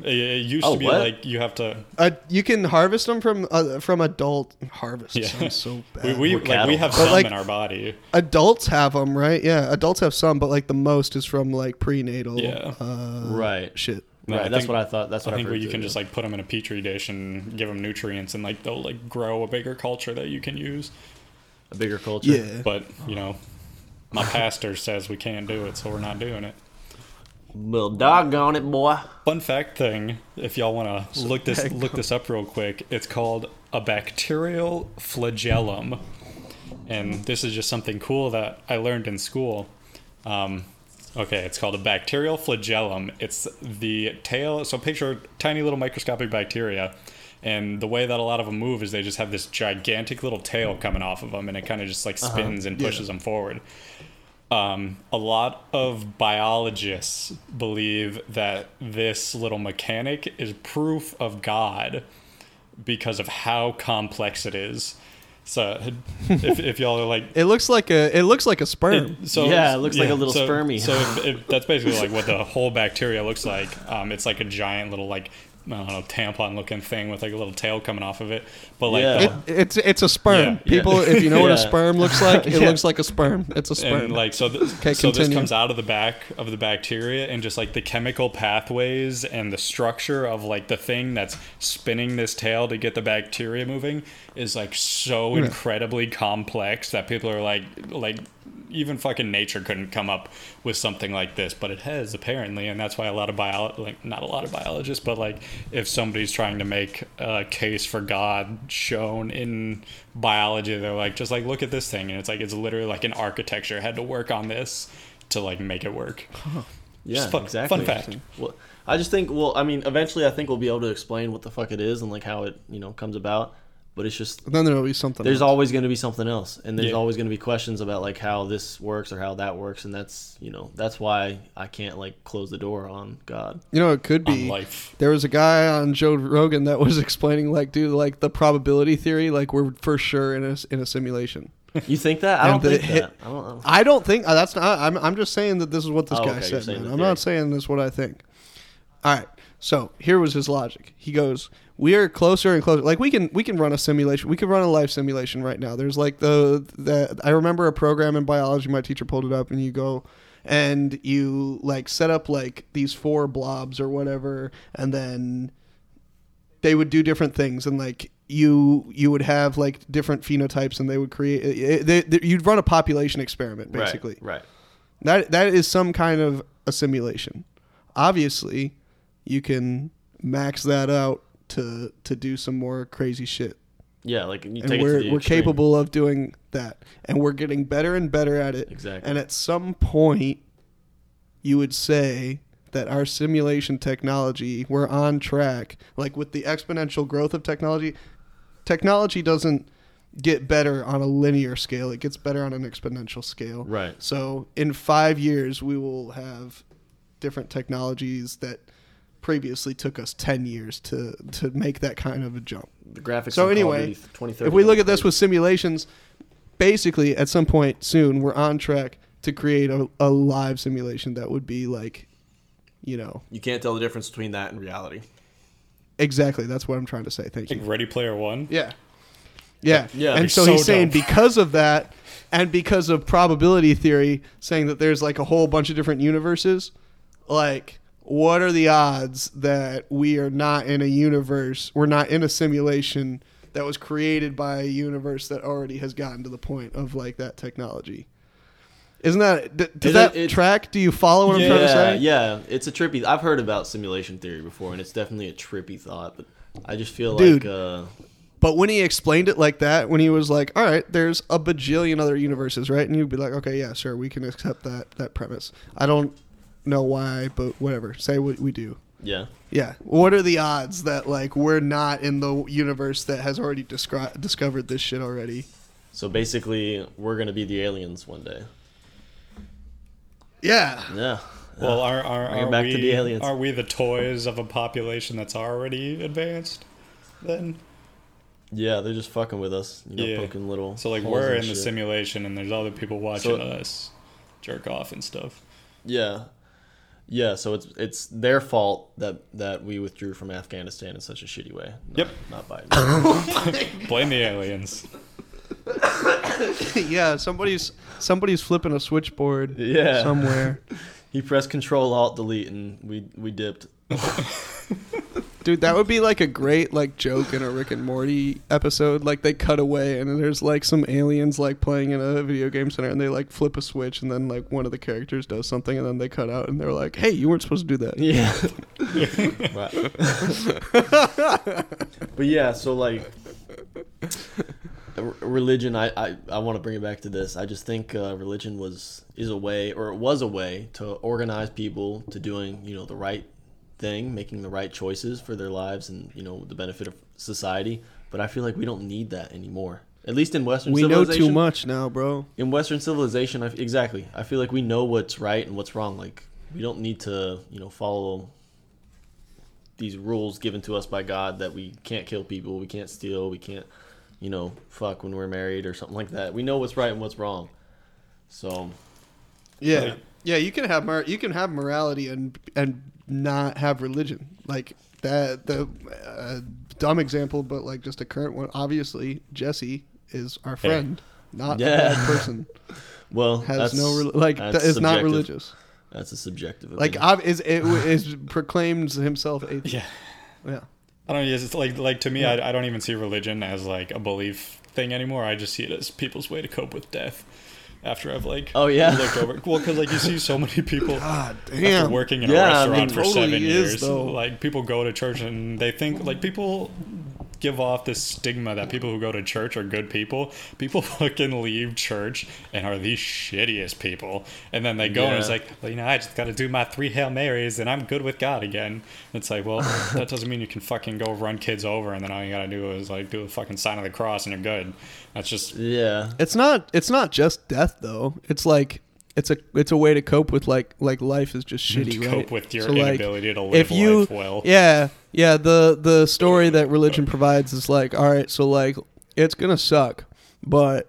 Speaker 2: it, it used
Speaker 1: Oh,
Speaker 2: to be
Speaker 1: what?
Speaker 2: like you have to
Speaker 3: Uh, you can harvest them from uh, from adult harvest.
Speaker 2: Yeah.
Speaker 3: Sounds so bad.
Speaker 2: we, we
Speaker 1: We're
Speaker 2: like
Speaker 1: cattle.
Speaker 2: we have
Speaker 1: But,
Speaker 2: some
Speaker 3: like-
Speaker 2: in our body
Speaker 3: adults have them, right? Yeah, adults have some, but like the most is from like prenatal
Speaker 2: Yeah.
Speaker 3: uh,
Speaker 1: Right.
Speaker 3: shit.
Speaker 2: No,
Speaker 1: right.
Speaker 2: I
Speaker 1: that's
Speaker 2: think-
Speaker 1: what I thought. That's what
Speaker 2: I
Speaker 1: I,
Speaker 2: think where
Speaker 1: heard
Speaker 2: you
Speaker 1: too,
Speaker 2: can
Speaker 1: yeah.
Speaker 2: just like put them in a petri dish and give them nutrients, and like they'll like grow a bigger culture that you can use.
Speaker 1: a bigger culture.
Speaker 3: Yeah.
Speaker 2: But you know, my pastor says we can't do it, so we're not doing it.
Speaker 1: Well, doggone it, boy.
Speaker 2: Fun fact thing, if y'all want to look this look this up real quick, it's called a bacterial flagellum, and this is just something cool that I learned in school. Um, okay, it's called a bacterial flagellum. It's the tail. So picture tiny little microscopic bacteria, and the way that a lot of them move is they just have this gigantic little tail coming off of them, and it kind of just like spins and pushes them forward. Um, a lot of biologists believe that this little mechanic is proof of God because of how complex it is. So, if, if y'all are like,
Speaker 3: It looks like a it looks like a sperm.
Speaker 2: so
Speaker 1: Yeah, it looks like a little
Speaker 2: so,
Speaker 1: spermie.
Speaker 2: So if, if that's basically like what the whole bacteria looks like. Um, it's like a giant little like I don't know tampon looking thing with like a little tail coming off of it. But like
Speaker 1: Yeah.
Speaker 2: the-
Speaker 1: It-
Speaker 3: it's it's a sperm.
Speaker 2: Yeah.
Speaker 3: People, if you know what a
Speaker 1: Yeah.
Speaker 3: sperm looks like, it
Speaker 1: Yeah.
Speaker 3: looks like a sperm. It's a sperm.
Speaker 2: and like so, th- so this
Speaker 3: continue.
Speaker 2: comes out of the back of the bacteria and just like the chemical pathways and the structure of like the thing that's spinning this tail to get the bacteria moving is like so incredibly complex that people are like like even fucking nature couldn't come up with something like this but it has apparently and that's why a lot of bio like not a lot of biologists but like if somebody's trying to make a case for god shown in biology they're like just like look at this thing and it's like it's literally like an architecture had to work on this to like make it work
Speaker 1: Yeah,
Speaker 2: fun-
Speaker 1: exactly.
Speaker 2: fun fact.
Speaker 1: Well, I just think. Well, I mean, eventually, I think we'll be able to explain what the fuck it is and like how it you know comes about. But it's just
Speaker 3: then there'll be something.
Speaker 1: there's
Speaker 3: else.
Speaker 1: always going to be something else, and there's
Speaker 2: Yeah.
Speaker 1: always going to be questions about like how this works or how that works, and that's you know that's why I can't like close the door on God.
Speaker 3: you know, it could
Speaker 2: on
Speaker 3: be.
Speaker 2: life
Speaker 3: There was a guy on Joe Rogan that was explaining, like, dude, like the probability theory, like we're for sure in a in a simulation.
Speaker 1: You think that? I don't
Speaker 3: And the
Speaker 1: think
Speaker 3: hit-
Speaker 1: that. I don't, I don't-
Speaker 3: I don't think uh, that's not. I'm, I'm just saying that this is what this
Speaker 1: Oh,
Speaker 3: guy
Speaker 1: okay, you're
Speaker 3: said.
Speaker 1: saying
Speaker 3: Man.
Speaker 1: the
Speaker 3: I'm not
Speaker 1: theory.
Speaker 3: saying this is what I think. All right. So here was his logic. He goes, "We are closer and closer. Like we can we can run a simulation. We can run a life simulation right now. There's like the the I remember a program in biology. My teacher pulled it up, and you go." And you like set up like these four blobs or whatever, and then they would do different things and like you you would have like different phenotypes and they would create it, it, they, you'd run a population experiment
Speaker 1: Right,
Speaker 3: basically
Speaker 1: right.
Speaker 3: that that is some kind of a simulation obviously you can max that out to to do some more crazy shit
Speaker 1: Yeah, like you
Speaker 3: and
Speaker 1: take it
Speaker 3: we're
Speaker 1: to the
Speaker 3: we're
Speaker 1: extreme.
Speaker 3: capable of doing that and we're getting better and better at it
Speaker 1: Exactly.
Speaker 3: and at some point you would say that our simulation technology we're on track like with the exponential growth of technology technology doesn't get better on a linear scale it gets better on an exponential scale
Speaker 1: Right.
Speaker 3: so in 5 years we will have different technologies that previously took us 10 years to to make that kind of a jump
Speaker 1: The graphics.
Speaker 3: so
Speaker 1: on Call of
Speaker 3: anyway,
Speaker 1: Duty 2030
Speaker 3: if we look
Speaker 1: look
Speaker 3: at this with simulations, basically at some point soon we're on track to create a, a live simulation that would be like you know
Speaker 1: You can't tell the difference between that and reality.
Speaker 3: exactly. That's what I'm trying to say. Thank you.
Speaker 2: Like Ready Player One.
Speaker 3: Yeah. Yeah.
Speaker 1: Yeah.
Speaker 3: And
Speaker 1: Like,
Speaker 3: so,
Speaker 2: so
Speaker 3: he's saying
Speaker 2: dumb.
Speaker 3: because of that and because of probability theory saying that there's like a whole bunch of different universes, like what are the odds that we are not in a universe, we're not in a simulation that was created by a universe that already has gotten to the point of like that technology? Isn't that d- does
Speaker 1: It-
Speaker 3: that
Speaker 1: it-
Speaker 3: track? Do you follow what I'm trying to
Speaker 1: Yeah,
Speaker 3: say?
Speaker 1: yeah. It's a trippy. I've heard about simulation theory before, and it's definitely a trippy thought. But I just feel
Speaker 3: Dude.
Speaker 1: like uh,
Speaker 3: But when he explained it like that, when he was like, "All right, there's a bajillion other universes, right?" and you'd be like, "Okay, yeah, sure, we can accept that that premise." I don't know why, but whatever. Say what we do.
Speaker 1: yeah,
Speaker 3: Yeah. What are the odds that like we're not in the universe that has already descri- discovered this shit already?
Speaker 1: So basically, we're gonna be the aliens one day.
Speaker 3: Yeah.
Speaker 1: Yeah.
Speaker 2: Well, are are,
Speaker 1: Bring it
Speaker 2: are
Speaker 1: back
Speaker 2: we
Speaker 1: to E the aliens.
Speaker 2: are we the toys of a population that's already advanced? Then
Speaker 1: Yeah, they're just fucking with us, you know,
Speaker 2: Yeah.
Speaker 1: poking little.
Speaker 2: so like
Speaker 1: holes
Speaker 2: we're
Speaker 1: and
Speaker 2: in the
Speaker 1: shit.
Speaker 2: simulation and there's other people watching
Speaker 1: So-
Speaker 2: us jerk off and stuff.
Speaker 1: Yeah, yeah. So it's it's their fault that that we withdrew from Afghanistan in such a shitty way. Not,
Speaker 2: Yep.
Speaker 1: not Biden.
Speaker 2: Blame the aliens.
Speaker 3: yeah, somebody's somebody's flipping a switchboard
Speaker 1: Yeah.
Speaker 3: somewhere.
Speaker 1: he pressed Control Alt Delete, and we we dipped.
Speaker 3: Dude, that would be like a great like joke in a Rick and Morty episode. Like they cut away and then there's like some aliens like playing in a video game center and they like flip a switch and then like one of the characters does something and then they cut out and they're like, "Hey, you weren't supposed to do that."
Speaker 1: Yeah. Right. but yeah, so like r- religion I I, I want to bring it back to this. I just think uh, religion was is a way or it was a way to organize people to doing, you know, the right thing, making the right choices for their lives and, you know, the benefit of society, but I feel like we don't need that anymore. At least in western
Speaker 3: We know
Speaker 1: civilization
Speaker 3: too much now, bro.
Speaker 1: in Western civilization, I, exactly. I feel like we know what's right and what's wrong. Like we don't need to, you know, follow these rules given to us by God that we can't kill people, we can't steal, we can't, you know, fuck when we're married or something like that. We know what's right and what's wrong. So
Speaker 3: Yeah.
Speaker 2: Right.
Speaker 3: Yeah, you can have mor- you can have morality and and not have religion. Like that the uh, dumb example but like just a current one. Obviously, Jesse is our friend, not
Speaker 1: Yeah.
Speaker 3: a bad person.
Speaker 1: well,
Speaker 3: Has
Speaker 1: that's,
Speaker 3: no rel like that
Speaker 1: that's
Speaker 3: is not
Speaker 1: subjective.
Speaker 3: religious.
Speaker 1: That's a subjective.
Speaker 3: Like
Speaker 1: opinion.
Speaker 3: ob- is it is proclaims himself atheist.
Speaker 2: Yeah.
Speaker 3: Yeah.
Speaker 2: I don't. It's like like to me, I, I don't even see religion as like a belief thing anymore. I just see it as people's way to cope with death. After I've like
Speaker 1: Oh, yeah.
Speaker 2: looked over well because like you see so many people
Speaker 3: God
Speaker 2: after
Speaker 3: damn.
Speaker 2: working in
Speaker 1: Yeah, I
Speaker 2: a restaurant
Speaker 1: mean,
Speaker 2: for
Speaker 3: totally
Speaker 2: seven
Speaker 3: is,
Speaker 2: years
Speaker 3: though.
Speaker 2: like people go to church and they think like people give off this stigma that people who go to church are good people people fucking leave church and are the shittiest people and then they go and it's
Speaker 1: Yeah.
Speaker 2: like well you know i just gotta do my three hail marys and i'm good with god again And it's like well that doesn't mean you can fucking go run kids over and then all you gotta do is like do a fucking sign of the cross and you're good that's just
Speaker 1: yeah,
Speaker 3: It's not it's not just death though. It's like it's a it's a way to cope with like like life is just shitty,
Speaker 2: to
Speaker 3: right?
Speaker 2: cope with your
Speaker 3: So, like,
Speaker 2: inability to live
Speaker 3: if you
Speaker 2: life well
Speaker 3: yeah yeah the the story that religion provides is like all right so like it's gonna suck but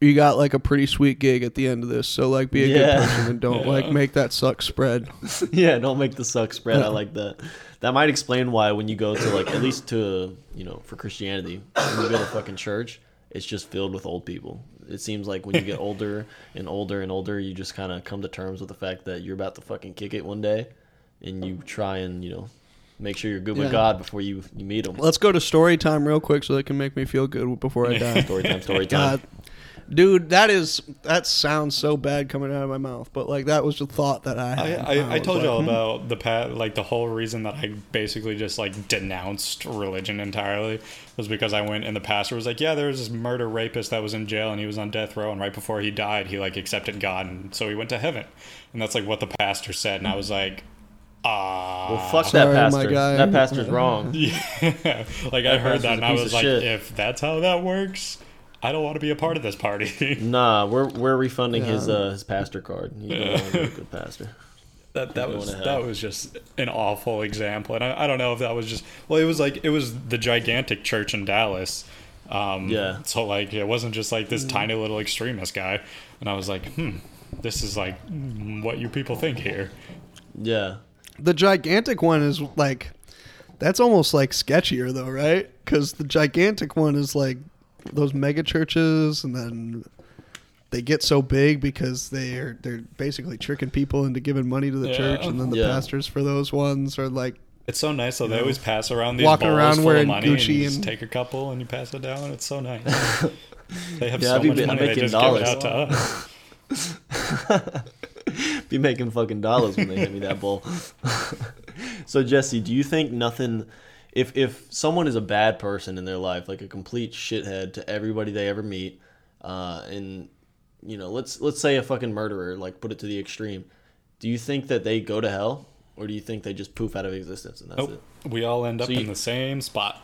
Speaker 3: you got like a pretty sweet gig at the end of this so like be a
Speaker 1: Yeah.
Speaker 3: good person and don't like make that suck spread
Speaker 1: yeah. Don't make the suck spread. I like that. That might explain why when you go to like at least to you know for Christianity when you go to fucking church, it's just filled with old people. It seems like when you get older and older and older, you just kind of come to terms with the fact that you're about to fucking kick it one day, and you try and you know make sure you're good
Speaker 3: Yeah.
Speaker 1: with God before you you meet him.
Speaker 3: let's go to story time real quick so they can make me feel good before i die
Speaker 1: Story time, story time.
Speaker 3: God. Dude, that is that sounds so bad coming out of my mouth, but like that was the thought that I
Speaker 2: I,
Speaker 3: had.
Speaker 2: I, I
Speaker 3: was
Speaker 2: told
Speaker 3: like,
Speaker 2: y'all about the pat like the whole reason that I basically just like denounced religion entirely was because I went and the pastor was like, yeah, there was this murder rapist that was in jail and he was on death row and right before he died, he like accepted God and so he went to heaven, and that's like what the pastor said, and I was like, ah,
Speaker 1: Well, fuck
Speaker 3: Sorry,
Speaker 1: that
Speaker 3: my
Speaker 1: pastor.
Speaker 3: guy.
Speaker 1: That pastor's wrong.
Speaker 2: yeah, like I
Speaker 1: pastor's
Speaker 2: heard that and
Speaker 1: a
Speaker 2: I
Speaker 1: piece of
Speaker 2: was like,
Speaker 1: shit.
Speaker 2: if that's how that works, I don't want to be a part of this party.
Speaker 1: Nah, we're we're refunding his
Speaker 3: Yeah.
Speaker 1: uh, his pastor card. He's no longer a good pastor.
Speaker 2: That that
Speaker 1: Going
Speaker 2: was
Speaker 1: to hell.
Speaker 2: that was just an awful example, and I, I don't know if that was just well, it was like it was the gigantic church in Dallas. Um,
Speaker 1: Yeah.
Speaker 2: So like it wasn't just like this tiny little extremist guy, and I was like, hmm, this is like mm, what you people think here.
Speaker 1: Yeah.
Speaker 3: The gigantic one is like, that's almost like sketchier though, right? Because the gigantic one is like those mega churches, and then they get so big because they are they're basically tricking people into giving money to the
Speaker 2: Yeah.
Speaker 3: church, and then the
Speaker 1: Yeah.
Speaker 3: pastors for those ones are like,
Speaker 2: It's so nice though. They always pass around these
Speaker 3: walking
Speaker 2: bowls
Speaker 3: around
Speaker 2: full
Speaker 3: wearing
Speaker 2: of money, and
Speaker 3: Gucci
Speaker 2: you just
Speaker 3: and-
Speaker 2: take a couple and you pass it down. It's so nice. they have
Speaker 1: Yeah,
Speaker 2: so
Speaker 1: I'd be
Speaker 2: much
Speaker 1: ma-
Speaker 2: money. They
Speaker 1: making
Speaker 2: just
Speaker 1: dollars.
Speaker 2: give it out to us.
Speaker 1: Be making fucking dollars when they hand me that bowl. so Jesse, do you think nothing if if someone is a bad person in their life, like a complete shithead to everybody they ever meet, uh, and you know, let's let's say a fucking murderer, like put it to the extreme, do you think that they go to hell? Or do you think they just poof out of existence and that's
Speaker 2: Nope.
Speaker 1: it?
Speaker 2: We all end up
Speaker 1: you-
Speaker 2: in the same spot.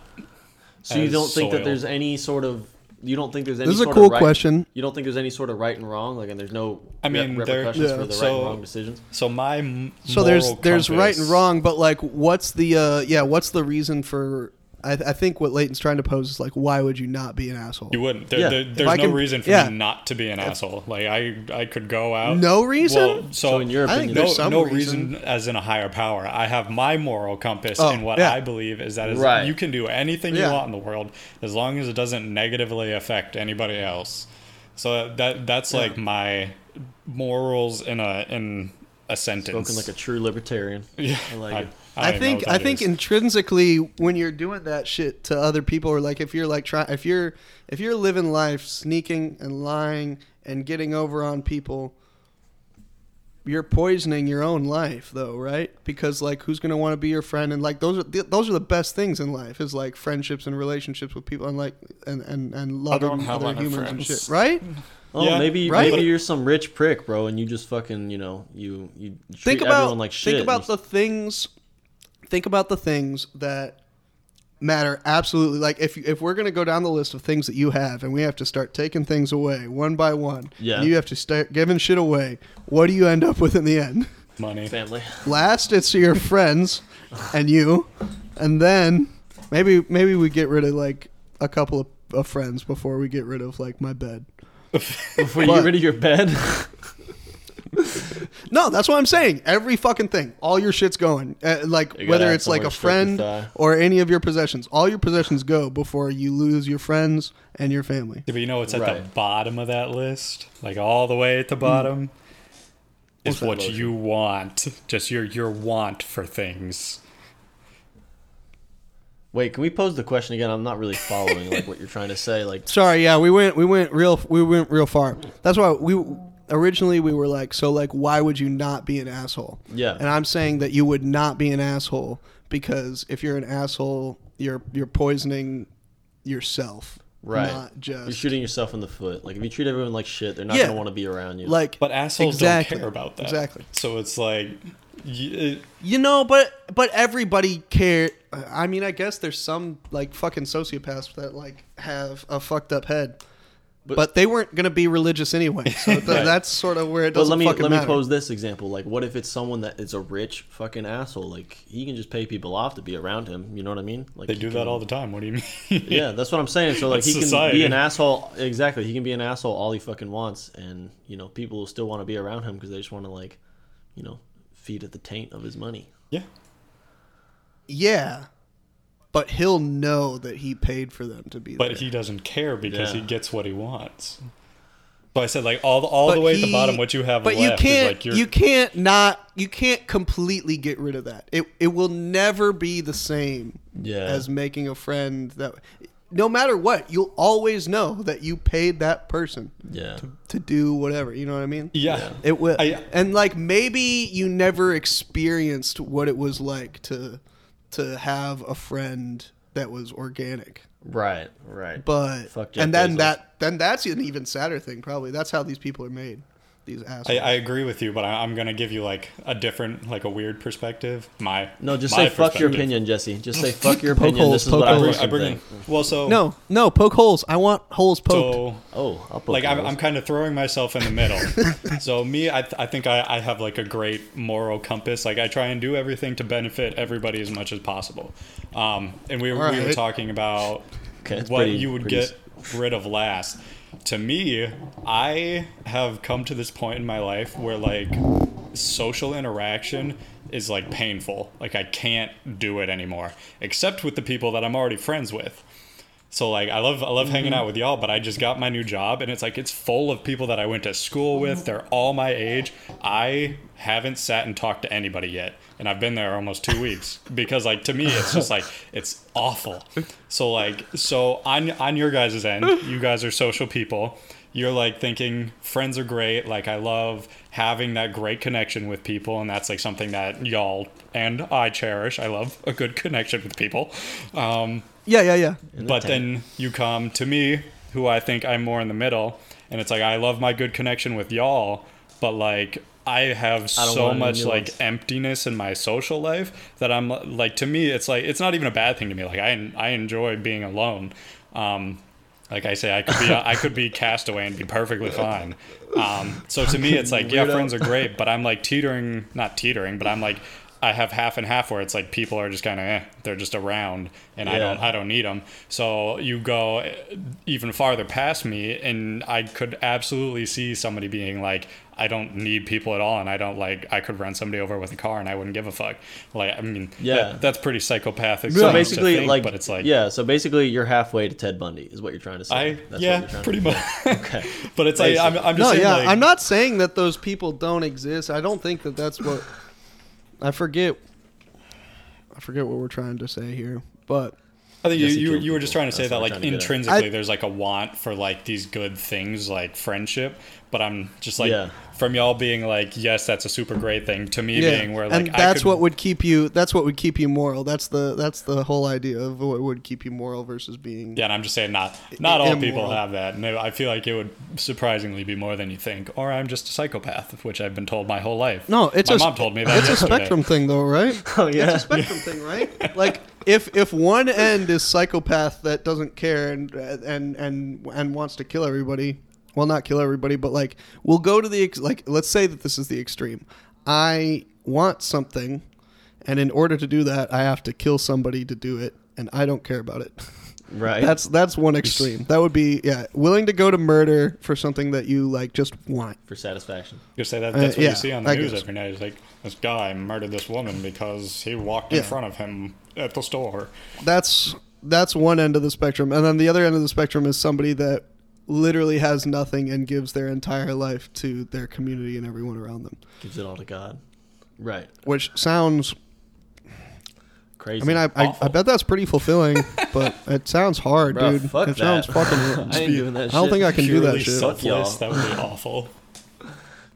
Speaker 1: So you
Speaker 2: as
Speaker 1: don't think that
Speaker 2: soil.
Speaker 1: there's any sort of you don't think there's any
Speaker 3: This is a
Speaker 1: sort
Speaker 3: cool
Speaker 1: of right,
Speaker 3: question.
Speaker 1: You don't think there's any sort of right and wrong, like and there's no
Speaker 2: I
Speaker 1: re-
Speaker 2: mean, there-
Speaker 1: repercussions
Speaker 3: yeah.
Speaker 1: for the right
Speaker 2: So-
Speaker 1: and wrong decisions.
Speaker 2: So my m-
Speaker 3: so there's
Speaker 2: moral
Speaker 3: there's right
Speaker 2: compass-
Speaker 3: and wrong, but like, what's the uh, yeah, what's the reason for? I, I think what Leighton's trying to pose is like, why would you not be an asshole?
Speaker 2: You wouldn't. There,
Speaker 1: Yeah.
Speaker 2: there,
Speaker 1: If
Speaker 2: there's
Speaker 3: I
Speaker 2: no
Speaker 3: can-
Speaker 2: reason for
Speaker 3: yeah.
Speaker 2: me not to be an asshole. Like I, I could go out.
Speaker 3: No reason?
Speaker 2: Well, so,
Speaker 1: So in your
Speaker 3: I think
Speaker 1: opinion,
Speaker 2: no,
Speaker 3: there's some
Speaker 2: no
Speaker 3: reason.
Speaker 2: reason. as in a higher power. I have my moral compass,
Speaker 3: Oh,
Speaker 2: and what
Speaker 3: yeah.
Speaker 2: I believe is that is
Speaker 1: Right.
Speaker 2: you can do anything
Speaker 3: Yeah.
Speaker 2: you want in the world as long as it doesn't negatively affect anybody else. So that that's like my morals in a in a sentence.
Speaker 1: Spoken like a true libertarian.
Speaker 2: yeah,
Speaker 1: I like it.
Speaker 3: I,
Speaker 2: don't even know
Speaker 3: think
Speaker 2: what
Speaker 3: I
Speaker 2: that
Speaker 3: think
Speaker 2: is.
Speaker 3: intrinsically when you're doing that shit to other people or like if you're like try if you're if you're living life sneaking and lying and getting over on people you're poisoning your own life though, right? Because like who's going to want to be your friend and like those are th- those are the best things in life is like friendships and relationships with people and like and and, and loving
Speaker 2: have
Speaker 3: other
Speaker 2: any
Speaker 3: humans
Speaker 2: friends.
Speaker 3: and shit, right?
Speaker 1: Oh,
Speaker 2: Yeah,
Speaker 1: maybe
Speaker 3: right.
Speaker 1: maybe you're some rich prick, bro, and you just fucking you know you you treat
Speaker 3: think about
Speaker 1: everyone like shit.
Speaker 3: think about
Speaker 1: and
Speaker 3: the things think about the things that matter absolutely like if if we're going to go down the list of things that you have and we have to start taking things away one by one
Speaker 1: Yeah.
Speaker 3: and you have to start giving shit away what do you end up with in the end
Speaker 2: money.
Speaker 1: family.
Speaker 3: last it's your friends and you and then maybe maybe we get rid of like a couple of, of friends before we get rid of like my bed
Speaker 1: Before you get
Speaker 3: But-
Speaker 1: rid of your bed,
Speaker 3: No, that's what I'm saying. Every fucking thing, all your shit's going. Uh, like
Speaker 1: gotta
Speaker 3: whether
Speaker 1: have
Speaker 3: it's like
Speaker 1: somewhere to
Speaker 3: a
Speaker 1: stick
Speaker 3: friend
Speaker 1: your thigh.
Speaker 3: or any of your possessions, all your possessions go before you lose your friends and your family.
Speaker 2: Yeah, but you know what's at the
Speaker 1: Right. Hmm.
Speaker 2: bottom of that list? Like all the way at the bottom is
Speaker 1: that
Speaker 2: what
Speaker 1: lotion?
Speaker 2: you want. Just your your want for things.
Speaker 1: wait, can we pose the question again? I'm not really following like what you're trying to say. Like,
Speaker 3: Sorry, yeah, we went we went real we went real far. That's why we originally we were like so like why would you not be an asshole?
Speaker 1: Yeah.
Speaker 3: And I'm saying that you would not be an asshole because if you're an asshole, you're you're poisoning yourself.
Speaker 1: right?
Speaker 3: Not
Speaker 1: you're
Speaker 3: just
Speaker 1: shooting yourself in the foot. Like if you treat everyone like shit, they're not
Speaker 3: Yeah.
Speaker 1: gonna want to be around you.
Speaker 3: like
Speaker 2: But assholes
Speaker 3: Exactly.
Speaker 2: don't care about that.
Speaker 3: Exactly.
Speaker 2: So it's like y- uh,
Speaker 3: You know, but but everybody care. I mean, I guess there's some like fucking sociopaths that like have a fucked up head, but, they weren't gonna be religious anyway. So th- that's sort of where it
Speaker 1: but
Speaker 3: doesn't
Speaker 1: let me let
Speaker 3: fucking
Speaker 1: me
Speaker 3: matter.
Speaker 1: pose this example. Like, what if it's someone that is a rich fucking asshole? Like he can just pay people off to be around him. You know what I mean? Like
Speaker 2: they do that all the time. What do you mean?
Speaker 1: Yeah, that's what I'm saying. So like
Speaker 2: That's
Speaker 1: he can
Speaker 2: society.
Speaker 1: be an asshole. Exactly, he can be an asshole all he fucking wants, and you know people will still want to be around him because they just want to like, you know, feed at the taint of his money.
Speaker 2: yeah.
Speaker 3: yeah, but he'll know that he paid for them to be there.
Speaker 2: But he doesn't care because
Speaker 1: Yeah.
Speaker 2: he gets what he wants. So I said like all the, all the
Speaker 3: But
Speaker 2: way at the
Speaker 3: he-
Speaker 2: bottom what you have
Speaker 3: but
Speaker 2: left
Speaker 3: you
Speaker 2: is
Speaker 3: can't
Speaker 2: like your
Speaker 3: you can't not you can't completely get rid of that it, it will never be the same
Speaker 1: Yeah.
Speaker 3: as making a friend that no matter what you'll always know that you paid that person
Speaker 1: Yeah,
Speaker 3: to do whatever you know what i mean
Speaker 2: yeah.
Speaker 3: it will
Speaker 2: I-
Speaker 3: and like maybe you never experienced what it was like to to have a friend that was organic
Speaker 1: right, right.
Speaker 3: but
Speaker 1: Fuck Jeff
Speaker 3: and then
Speaker 1: Bezos.
Speaker 3: that then that's an even sadder thing probably that's how these people are made these assholes
Speaker 2: I, I agree with you, but I, I'm gonna give you like a different, like a weird perspective. My
Speaker 1: no, just say
Speaker 2: my
Speaker 1: fuck your
Speaker 2: perspective.
Speaker 1: opinion, Jesse. Just say fuck your
Speaker 3: Poke
Speaker 1: opinion.
Speaker 3: holes,
Speaker 1: this is
Speaker 3: poke
Speaker 1: what I
Speaker 3: holes.
Speaker 2: Well,
Speaker 1: personally
Speaker 2: I bring in,
Speaker 1: think.
Speaker 2: well, so
Speaker 3: No, no, poke holes. I want holes poked.
Speaker 2: so
Speaker 1: Oh, I'll poke
Speaker 2: like I'm,
Speaker 1: holes.
Speaker 2: I'm kind of throwing myself in the middle. so me, I, th- I think I, I have like a great moral compass. Like I try and do everything to benefit everybody as much as possible. Um, and we, were we were
Speaker 3: right.
Speaker 2: talking about
Speaker 1: Okay, it's
Speaker 2: what
Speaker 1: pretty-
Speaker 2: you would
Speaker 1: pretty
Speaker 2: get rid of last. To me, I have come to this point in my life where like social interaction is like painful. Like I can't do it anymore, except with the people that I'm already friends with. So like I love I love hanging out with y'all, but I just got my new job and it's like it's full of people that I went to school with. They're all my age. I haven't sat and talked to anybody yet, and I've been there almost 2 weeks because like to me it's just like it's awful. So like so on on your guys' end, you guys are social people. You're like thinking friends are great, like I love having that great connection with people and that's like something that y'all and I cherish. I love a good connection with people. Um
Speaker 3: Yeah, yeah, yeah.
Speaker 2: but then you come to me, who I think I'm more in the middle, and it's like I love my good connection with y'all, but like I have
Speaker 1: don't
Speaker 2: so
Speaker 1: want any
Speaker 2: much
Speaker 1: new
Speaker 2: like
Speaker 1: ones.
Speaker 2: emptiness in my social life that I'm like to me it's like it's not even a bad thing to me. Like I I enjoy being alone. Um, like I say, I could be uh, I could be castaway and be perfectly fine. Um, so to me, it's like yeah,
Speaker 1: Weirdo.
Speaker 2: friends are great, but I'm like teetering, not teetering, but I'm like I have half and half where it's like people are just kind of eh, they're just around, and
Speaker 1: Yeah.
Speaker 2: I don't I don't need them. So you go eh, even farther past me, and I could absolutely see somebody being like. I don't need people at all, and I don't like. I could run somebody over with a car, and I wouldn't give a fuck. Like, I mean,
Speaker 1: Yeah.
Speaker 2: that- that's pretty psychopathic.
Speaker 1: So
Speaker 2: things to
Speaker 1: basically,
Speaker 2: think,
Speaker 1: like,
Speaker 2: but it's like,
Speaker 1: yeah. So basically, you're halfway to Ted Bundy, is what you're trying to say.
Speaker 2: I
Speaker 1: That's
Speaker 2: yeah,
Speaker 1: what you're trying
Speaker 2: pretty
Speaker 1: to
Speaker 2: much. but it's like I'm, I'm just
Speaker 3: No,
Speaker 2: saying,
Speaker 3: yeah.
Speaker 2: like,
Speaker 3: I'm not saying that those people don't exist. I don't think that that's what. I forget. I forget what we're trying to say here, but
Speaker 2: I think you,
Speaker 1: Yes, he
Speaker 2: you,
Speaker 1: killed
Speaker 2: you were just
Speaker 1: people.
Speaker 2: trying to say
Speaker 1: That's
Speaker 2: that
Speaker 1: what we're trying to
Speaker 2: like
Speaker 1: get at.
Speaker 2: intrinsically
Speaker 3: I-
Speaker 2: there's like a want for like these good things like friendship, but I'm just like
Speaker 1: Yeah.
Speaker 2: from y'all being like yes that's a super great thing to me being where like
Speaker 3: and that's
Speaker 2: I could,
Speaker 3: what would keep you. That's what would keep you moral. That's the that's the whole idea of what would keep you moral versus being.
Speaker 2: yeah and I'm just saying not not all people
Speaker 3: immoral.
Speaker 2: have that and I feel like it would surprisingly be more than you think or I'm just a psychopath which I've been told my whole life.
Speaker 3: No, it's
Speaker 2: my
Speaker 3: a
Speaker 2: mom told me that
Speaker 3: it's a
Speaker 2: yesterday.
Speaker 3: spectrum thing, though, right?
Speaker 1: Oh, yeah.
Speaker 3: it's a spectrum thing, right? Like if if one end is psychopath that doesn't care and and and and wants to kill everybody, well, not kill everybody, but like we'll go to the ex- like let's say that this is the extreme. I want something, and in order to do that, I have to kill somebody to do it, and I don't care about it.
Speaker 1: say. Right.
Speaker 3: That's that's one extreme. That would be yeah, willing to go to murder for something that you like just want.
Speaker 1: for satisfaction.
Speaker 2: You say that that's what
Speaker 3: Uh, yeah,
Speaker 2: you see on the
Speaker 3: I
Speaker 2: news
Speaker 3: guess.
Speaker 2: every night. It's like this guy murdered this woman because he walked in
Speaker 3: Yeah.
Speaker 2: front of him at the store.
Speaker 3: That's that's one end of the spectrum, and then the other end of the spectrum is somebody that literally has nothing and gives their entire life to their community and everyone around them.
Speaker 1: Gives it all to God. Right.
Speaker 3: Which sounds,
Speaker 1: Crazy.
Speaker 3: I mean, I I, I
Speaker 2: Awful.
Speaker 3: bet that's pretty fulfilling, but it sounds hard,
Speaker 1: Bruh,
Speaker 3: dude.
Speaker 1: fuck
Speaker 3: it sounds
Speaker 1: that.
Speaker 3: fucking.
Speaker 1: I ain't doing that
Speaker 3: I don't
Speaker 1: shit.
Speaker 3: think I can do that
Speaker 2: Purely
Speaker 3: shit.
Speaker 1: Fuck y'all.
Speaker 2: selfless, that would be awful.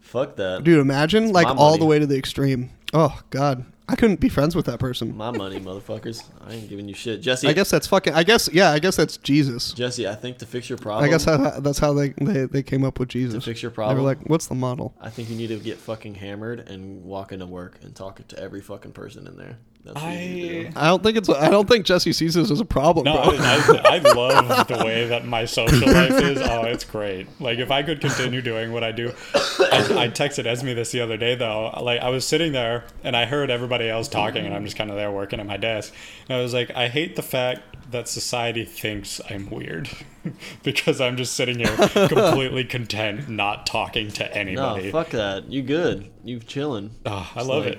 Speaker 1: Fuck that.
Speaker 3: Dude, imagine like
Speaker 1: my
Speaker 3: all the
Speaker 1: money.
Speaker 3: way to the extreme. Oh God, I couldn't be friends with that person.
Speaker 1: My money, motherfuckers. I ain't giving you shit, Jesse.
Speaker 3: I guess that's fucking. I guess yeah. I guess that's Jesus.
Speaker 1: Jesse, I think to fix your problem,
Speaker 3: I guess how, that's how they, they they came up with Jesus.
Speaker 1: fix your
Speaker 3: They
Speaker 1: problem?
Speaker 3: were like, "What's the model?"
Speaker 1: I think you need to get fucking hammered and walk into work and talk to every fucking person in there. That's what you need to do.
Speaker 2: I
Speaker 3: I don't think it's. I don't think Jesse sees this as a problem,
Speaker 2: no,
Speaker 3: bro.
Speaker 2: I, I, I love the way that my social life is. Oh, it's great. Like if I could continue doing what I do, I, I texted Esme this the other day though. Like I was sitting there and I heard everybody else talking, and I'm just kind of there working at my desk, and I was like, I hate the fact that society thinks I'm weird because I'm just sitting here completely content, not talking to
Speaker 1: No,
Speaker 2: anybody.
Speaker 1: fuck that. You good. You chilling.
Speaker 2: Ah, I love
Speaker 1: like-
Speaker 2: it.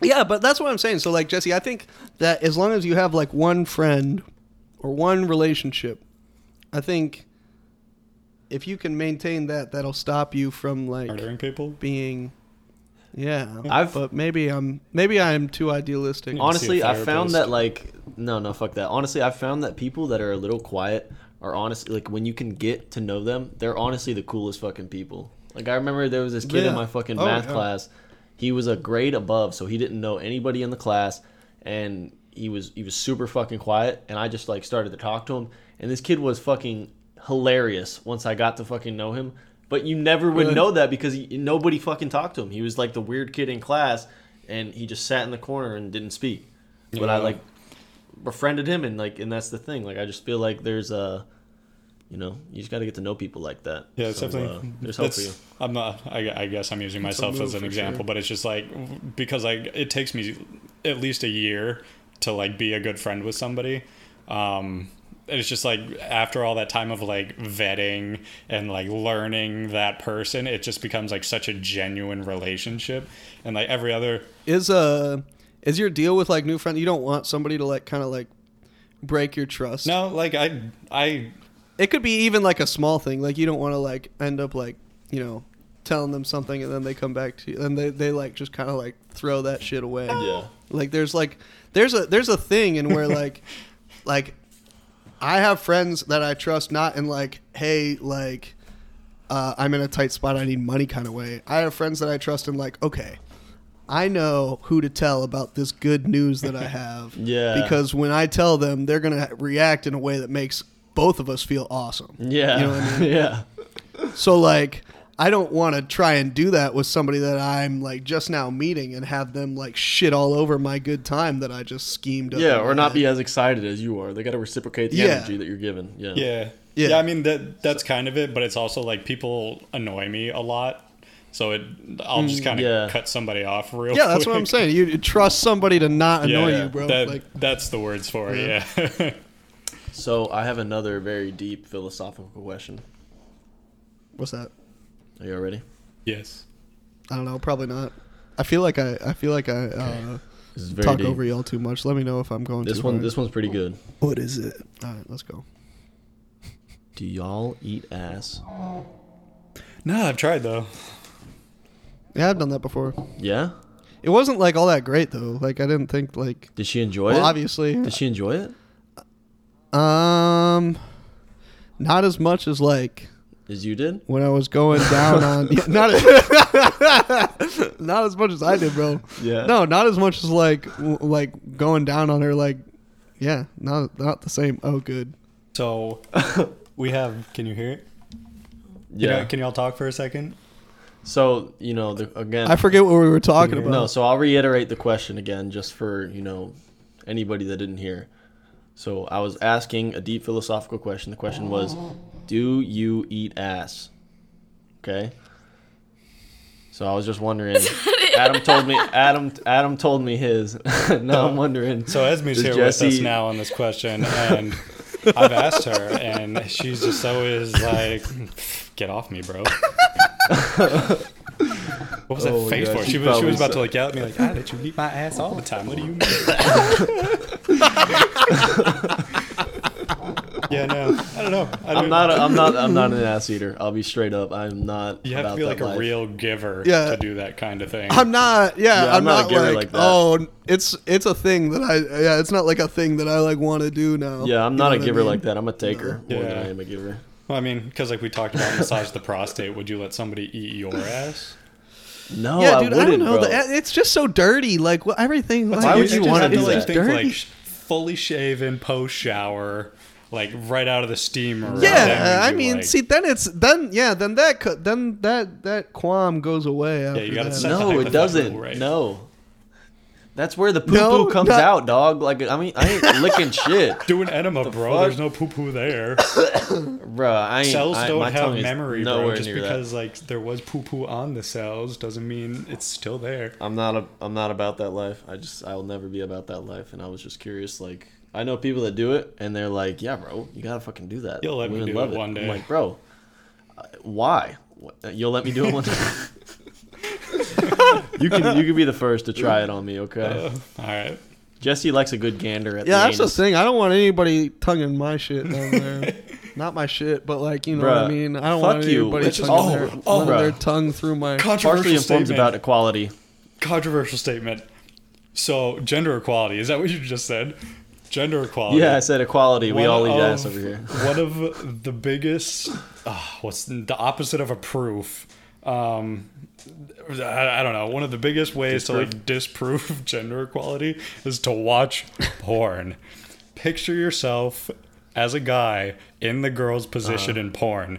Speaker 3: yeah, but that's what I'm saying. So, like Jesse, I think that as long as you have like one friend or one relationship, I think if you can maintain that, that'll stop you from like
Speaker 2: Murdering people.
Speaker 3: being. Yeah,
Speaker 1: I've-
Speaker 3: but maybe I'm maybe I'm too idealistic.
Speaker 2: On-
Speaker 1: honestly,
Speaker 2: a
Speaker 1: I found
Speaker 2: therapist.
Speaker 1: that like no, no, fuck that. Honestly, I found that people that are a little quiet are honestly like when you can get to know them, they're honestly the coolest fucking people. Like I remember there was this kid
Speaker 3: Yeah.
Speaker 1: in my fucking
Speaker 3: Oh,
Speaker 1: math
Speaker 3: yeah.
Speaker 1: class. He was a grade above, so he didn't know anybody in the class, and he was he was super fucking quiet. And I just like started to talk to him, and this kid was fucking hilarious once I got to fucking know him. But you never would
Speaker 3: Really?
Speaker 1: know that because he, nobody fucking talked to him. He was like the weird kid in class, and he just sat in the corner and didn't speak. But I
Speaker 2: Yeah.
Speaker 1: like befriended him, and like, and that's the thing. Like, I just feel like there's a, you know, you just got to get to know people like that.
Speaker 2: Yeah, it's
Speaker 1: So,
Speaker 2: definitely.
Speaker 1: uh, there's hope for
Speaker 2: that's-
Speaker 1: you.
Speaker 2: I'm not. I, I guess I'm using
Speaker 3: It's a
Speaker 2: myself as
Speaker 3: move
Speaker 2: an
Speaker 3: for
Speaker 2: example,
Speaker 3: sure.
Speaker 2: but it's just like because like it takes me at least a year to like be a good friend with somebody. Um, and it's just like after all that time of like vetting and like learning that person, it just becomes like such a genuine relationship. And like every other
Speaker 3: Is uh is your deal with like new friend? You don't want somebody to like kind of like break your trust.
Speaker 2: no, like I I
Speaker 3: It could be even like a small thing. Like you don't want to like end up like you know telling them something and then they come back to you and they they like just kind of like throw that shit away.
Speaker 1: Yeah.
Speaker 3: Like there's like there's a there's a thing in where like like I have friends that I trust not in like hey like uh, I'm in a tight spot I need money kind of way. I have friends that I trust in like okay I know who to tell about this good news that I have.
Speaker 1: Yeah.
Speaker 3: Because when I tell them, they're gonna react in a way that makes both of us feel awesome.
Speaker 1: Yeah.
Speaker 3: You know what I mean?
Speaker 1: yeah.
Speaker 3: So like I don't want to try and do that with somebody that I'm like just now meeting and have them like shit all over my good time that I just schemed up.
Speaker 1: Yeah,
Speaker 3: in my
Speaker 1: or not be
Speaker 3: head.
Speaker 1: as excited as you are. They got to reciprocate the
Speaker 3: Yeah.
Speaker 1: energy that you're given. Yeah.
Speaker 2: Yeah.
Speaker 3: Yeah.
Speaker 2: Yeah. I mean that that's kind of it, but it's also like people annoy me a lot. So it I'll just kind of
Speaker 1: yeah.
Speaker 2: cut somebody off real
Speaker 3: Mm, Yeah, that's what
Speaker 2: quick.
Speaker 3: I'm saying. You trust somebody to not annoy
Speaker 2: yeah,
Speaker 3: you, bro.
Speaker 2: that-
Speaker 3: like
Speaker 2: that's the words for it. Yeah.
Speaker 1: So I have another very deep philosophical question.
Speaker 3: what's that?
Speaker 1: Are you all ready?
Speaker 2: yes.
Speaker 3: I don't know. Probably not. I feel like I I feel like I uh,
Speaker 1: This is very
Speaker 3: talk
Speaker 1: deep.
Speaker 3: over y'all too much. Let me know if I'm going
Speaker 1: This
Speaker 3: too
Speaker 1: one.
Speaker 3: hard.
Speaker 1: This one's pretty good.
Speaker 3: What is it? All right, let's go.
Speaker 1: Do y'all eat ass?
Speaker 2: No, I've tried though.
Speaker 3: Yeah, I've done that before.
Speaker 1: Yeah.
Speaker 3: It wasn't like all that great though. Like I didn't think like
Speaker 1: Did she enjoy
Speaker 3: well,
Speaker 1: it?
Speaker 3: obviously
Speaker 1: Did she enjoy it?
Speaker 3: um not as much as like
Speaker 1: As you did?
Speaker 3: when I was going down on yeah, not as, not as much as I did, bro.
Speaker 1: Yeah.
Speaker 3: No, not as much as like w- like going down on her like yeah, not not the same. Oh good.
Speaker 2: So we have can you hear it? You
Speaker 1: Yeah.
Speaker 2: know- can y'all talk for a second?
Speaker 1: so you know the, again.
Speaker 3: I forget what we were talking about.
Speaker 1: No, so I'll reiterate the question again just for, you know, anybody that didn't hear. So I was asking a deep philosophical question. The question was, do you eat ass? Okay? So I was just wondering. Adam told me Adam Adam told me his. now I'm wondering.
Speaker 2: So Esme's
Speaker 1: does
Speaker 2: here with us now on this question, and I've asked her, and she's just always like, "Get off me, bro." What was
Speaker 1: Oh my
Speaker 2: that face
Speaker 1: gosh,
Speaker 2: for?
Speaker 1: she
Speaker 2: She was, she
Speaker 1: probably
Speaker 2: was about
Speaker 1: said-
Speaker 2: to like yell at me, like, "I let you beat my ass all the time. What do you mean?" yeah, no, I don't know. I don't,
Speaker 1: I'm not a, I'm not I'm not an ass eater. I'll be straight up. I'm not
Speaker 2: you have to
Speaker 1: about
Speaker 2: be
Speaker 1: that
Speaker 2: like a
Speaker 1: life.
Speaker 2: real giver
Speaker 3: Yeah.
Speaker 2: to do that kind of thing.
Speaker 3: I'm not. Yeah,
Speaker 1: Yeah,
Speaker 3: I'm,
Speaker 1: I'm
Speaker 3: not,
Speaker 1: not a giver
Speaker 3: like,
Speaker 1: like that.
Speaker 3: oh, it's it's a thing that I yeah, it's not like a thing that I like want to do now.
Speaker 1: Yeah, I'm not
Speaker 3: You know
Speaker 1: a
Speaker 3: what I
Speaker 1: giver
Speaker 3: mean?
Speaker 1: like that. I'm a taker more than
Speaker 2: Yeah.
Speaker 1: I am a giver.
Speaker 2: Well, I mean, because like we talked about massage the prostate, would you let somebody eat your ass?
Speaker 1: No,
Speaker 3: Yeah,
Speaker 1: I
Speaker 3: dude, I,
Speaker 1: wouldn't,
Speaker 3: don't know.
Speaker 1: bro.
Speaker 3: The- eh, It's just so dirty. Like what, everything. Like,
Speaker 1: why would you
Speaker 2: just
Speaker 1: wanna
Speaker 2: have
Speaker 1: do
Speaker 2: like,
Speaker 1: that?
Speaker 2: Think,
Speaker 3: Dirty.
Speaker 2: like sh- fully shaven, post shower, like right out of the steamer.
Speaker 3: Yeah, uh,
Speaker 2: That
Speaker 3: I
Speaker 2: would be,
Speaker 3: mean,
Speaker 2: like-
Speaker 3: see, then it's then yeah, then that co- then that that qualm goes away. After
Speaker 2: you gotta
Speaker 3: that.
Speaker 2: set That's
Speaker 1: No,
Speaker 2: a
Speaker 1: it doesn't.
Speaker 2: hypothetical, right?
Speaker 1: No. That's where the poo poo
Speaker 3: No,
Speaker 1: comes
Speaker 3: not-
Speaker 1: out, dog. Like I mean, I ain't licking shit,
Speaker 2: do an enema, bro.
Speaker 1: fuck?
Speaker 2: There's no poo poo there.
Speaker 1: bro. I ain't,
Speaker 2: cells
Speaker 1: I, my
Speaker 2: don't have
Speaker 1: tongue is
Speaker 2: memory, bro.
Speaker 1: nowhere
Speaker 2: Just
Speaker 1: near
Speaker 2: because like there was poo poo on the cells doesn't mean it's still there.
Speaker 1: that. I'm not a, I'm not about that life. I just I will never be about that life. And I was just curious, like I know people that do it, and they're like, yeah, bro, you gotta fucking do that.
Speaker 2: You'll let me
Speaker 1: Women
Speaker 2: do it one
Speaker 1: I'm
Speaker 2: day.
Speaker 1: like, bro, I- why? What- You'll let me do it one day. you can you can be the first to try it on me, okay?
Speaker 2: All right.
Speaker 1: Jesse likes a good gander at
Speaker 3: yeah,
Speaker 1: the
Speaker 3: that's the
Speaker 1: anus.
Speaker 3: thing. I don't want anybody tonguing my shit down there. Not my shit, but like you know what I
Speaker 1: Bruh,
Speaker 3: mean. I don't
Speaker 1: fuck
Speaker 3: want
Speaker 1: you.
Speaker 3: anybody
Speaker 1: Let's
Speaker 3: tonguing
Speaker 1: just-
Speaker 3: their,
Speaker 1: oh, oh,
Speaker 3: running
Speaker 1: bruh.
Speaker 3: their tongue through my.
Speaker 1: Partially informs about equality.
Speaker 2: controversial statement. So gender equality is that what you just said? Gender equality.
Speaker 1: Yeah, I said equality. We
Speaker 2: One
Speaker 1: all eat
Speaker 2: of-
Speaker 1: ass over here.
Speaker 2: one of the biggest, ah, what's the opposite of a proof? Um, I, I don't know. One of the biggest ways to like disprove gender equality is to watch porn. Picture yourself as a guy in the girl's
Speaker 1: Uh-huh.
Speaker 2: position in porn.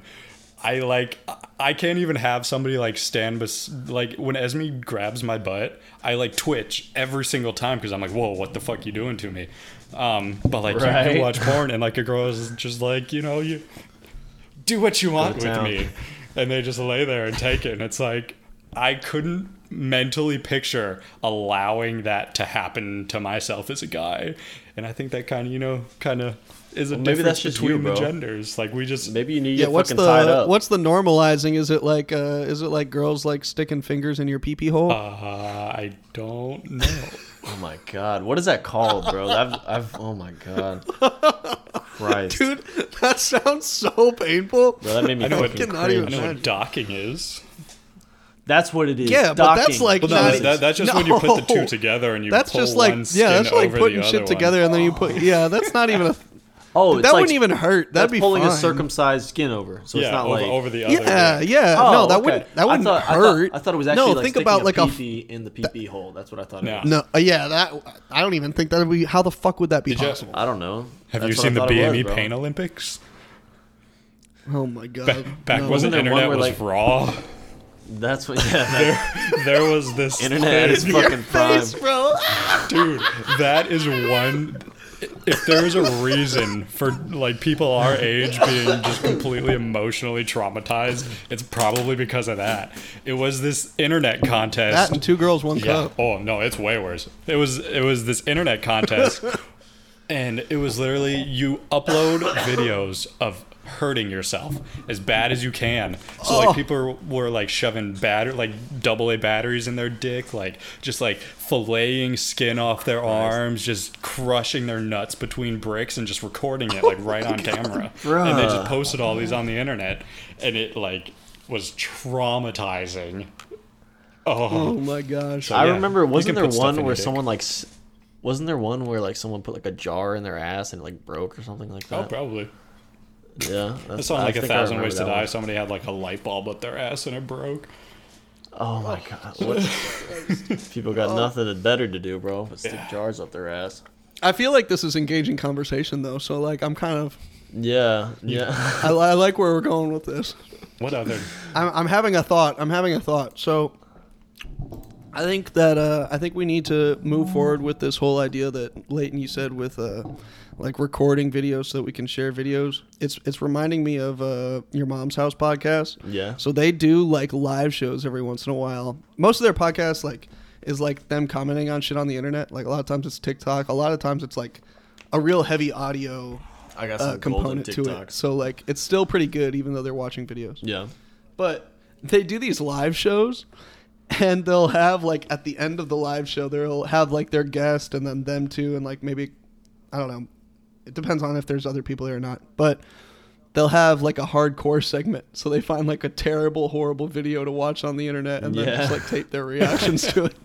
Speaker 2: I like I- I can't even have somebody like stand bes- like when Esme grabs my butt, I like twitch every single time because I'm like, whoa, what the fuck you doing to me? Um, but like you- you,
Speaker 1: Right.
Speaker 2: watch porn and like a girl is just like, you know, you do what you want
Speaker 1: to
Speaker 2: with
Speaker 1: town.
Speaker 2: me, and they just lay there and take it, and it's like I couldn't mentally picture allowing that to happen to myself as a guy, and I think that kind of you know kind of is a
Speaker 1: Well, maybe
Speaker 2: difference
Speaker 1: that's just
Speaker 2: between
Speaker 1: you,
Speaker 2: the
Speaker 1: bro.
Speaker 2: genders. Like we just
Speaker 1: Maybe you need to
Speaker 3: Yeah,
Speaker 1: get
Speaker 3: what's
Speaker 1: fucking tied
Speaker 3: the
Speaker 1: up.
Speaker 3: what's the normalizing? Is it like uh, is it like girls like sticking fingers in your pee pee hole?
Speaker 2: uh, I don't know.
Speaker 1: oh my god, what is that called, bro? I've, I've, oh my god, Christ,
Speaker 3: Dude, that sounds so painful.
Speaker 1: bro, that made me
Speaker 2: I know what,
Speaker 1: fucking
Speaker 3: cannot even
Speaker 2: I
Speaker 1: cringe.
Speaker 2: know
Speaker 3: imagine.
Speaker 2: what docking is.
Speaker 1: That's what it is.
Speaker 3: Yeah, but that's like
Speaker 2: Well, no,
Speaker 3: Not
Speaker 2: that, that- that's just when you put the two together and you
Speaker 3: That's
Speaker 2: pull
Speaker 3: just like
Speaker 2: one skin
Speaker 3: yeah, that's like
Speaker 2: over
Speaker 3: putting
Speaker 2: the other
Speaker 3: shit
Speaker 2: one.
Speaker 3: together and then you put yeah. That's not even a
Speaker 1: oh, it's
Speaker 3: that
Speaker 1: like-
Speaker 3: wouldn't even hurt. That'd
Speaker 1: that's
Speaker 3: be
Speaker 1: pulling a
Speaker 3: fine.
Speaker 1: circumcised skin over, so
Speaker 2: Yeah,
Speaker 1: it's not
Speaker 2: over,
Speaker 1: like
Speaker 2: over the other.
Speaker 3: Yeah,
Speaker 2: bit.
Speaker 3: yeah.
Speaker 1: Oh,
Speaker 3: no, that
Speaker 1: okay.
Speaker 3: wouldn't that
Speaker 1: I
Speaker 3: wouldn't
Speaker 1: thought- I thought,
Speaker 3: hurt.
Speaker 1: I thought it was actually
Speaker 3: no.
Speaker 1: like
Speaker 3: think
Speaker 1: sticking
Speaker 3: about like a
Speaker 1: pee in the PP hole. That's what I thought.
Speaker 2: No.
Speaker 1: It was.
Speaker 3: no. uh, Yeah, that I don't even think that would be. How the fuck would that be
Speaker 2: you-
Speaker 3: possible?
Speaker 1: I don't know.
Speaker 2: Have
Speaker 1: That's
Speaker 2: you
Speaker 1: what I
Speaker 2: seen the
Speaker 1: thought it was,
Speaker 2: BME
Speaker 1: bro.
Speaker 2: E Pain Olympics?
Speaker 3: oh my god.
Speaker 2: Back, back
Speaker 3: no.
Speaker 2: when the
Speaker 1: there one
Speaker 2: internet
Speaker 1: where, like-
Speaker 2: was raw,
Speaker 1: That's what. Yeah,
Speaker 2: there was this
Speaker 1: the internet is
Speaker 2: thing-
Speaker 1: fucking prime.
Speaker 3: Face, bro.
Speaker 2: dude that is one if there is a reason for like people our age being just completely emotionally traumatized it's probably because of that it was this internet
Speaker 3: That
Speaker 2: contest
Speaker 3: and two girls, one
Speaker 2: yeah.
Speaker 3: cup.
Speaker 2: oh no it's way worse it was it was this internet contest and it was literally you upload videos of hurting yourself as bad as you can so
Speaker 3: Oh.
Speaker 2: like people were, were like shoving batter like double a batteries in their dick like just like filleting skin off their arms just crushing their nuts between bricks and just recording it like right on camera and they just posted all these on the internet and it like was traumatizing
Speaker 3: Oh
Speaker 2: oh
Speaker 3: my gosh.
Speaker 1: I
Speaker 2: Yeah,
Speaker 1: remember.
Speaker 2: you
Speaker 1: Wasn't
Speaker 2: can
Speaker 1: there
Speaker 2: put stuff in
Speaker 1: one
Speaker 2: your
Speaker 1: where
Speaker 2: dick.
Speaker 1: someone like, s- wasn't there one where like someone put like a jar in their ass and it like broke or something like
Speaker 2: oh
Speaker 1: that?
Speaker 2: probably
Speaker 1: yeah,
Speaker 2: It's
Speaker 1: that's
Speaker 2: on
Speaker 1: I
Speaker 2: like a
Speaker 1: think I
Speaker 2: thousand
Speaker 1: remember
Speaker 2: ways to
Speaker 1: that
Speaker 2: die.
Speaker 1: one.
Speaker 2: Somebody had like a light bulb up their ass and it broke.
Speaker 1: Oh my god, what? people got
Speaker 3: Oh.
Speaker 1: nothing better to do, bro. But stick jars up their ass.
Speaker 3: I feel like this is engaging conversation though. So like I'm kind of
Speaker 1: Yeah, yeah.
Speaker 3: I, I like where we're going with this.
Speaker 2: What other?
Speaker 3: I'm, I'm having a thought. I'm having a thought. So, I think that uh, I think we need to move forward with this whole idea that Leighton you said with uh, like recording videos so that we can share videos. It's it's reminding me of uh, your mom's house podcast.
Speaker 1: Yeah.
Speaker 3: So they do like live shows every once in a while. Most of their podcasts like is like them commenting on shit on the internet. Like a lot of times it's TikTok. A lot of times it's like a real heavy audio
Speaker 1: I got
Speaker 3: uh, component to it. So like it's still pretty good even though they're watching videos
Speaker 1: Yeah.
Speaker 3: but they do these live shows and they'll have like at the end of the live show they'll have like their guest and then them too and like maybe i don't know it depends on if there's other people there or not but they'll have like a hardcore segment so they find like a terrible horrible video to watch on the internet and then
Speaker 1: Yeah.
Speaker 3: just like tape their reactions to it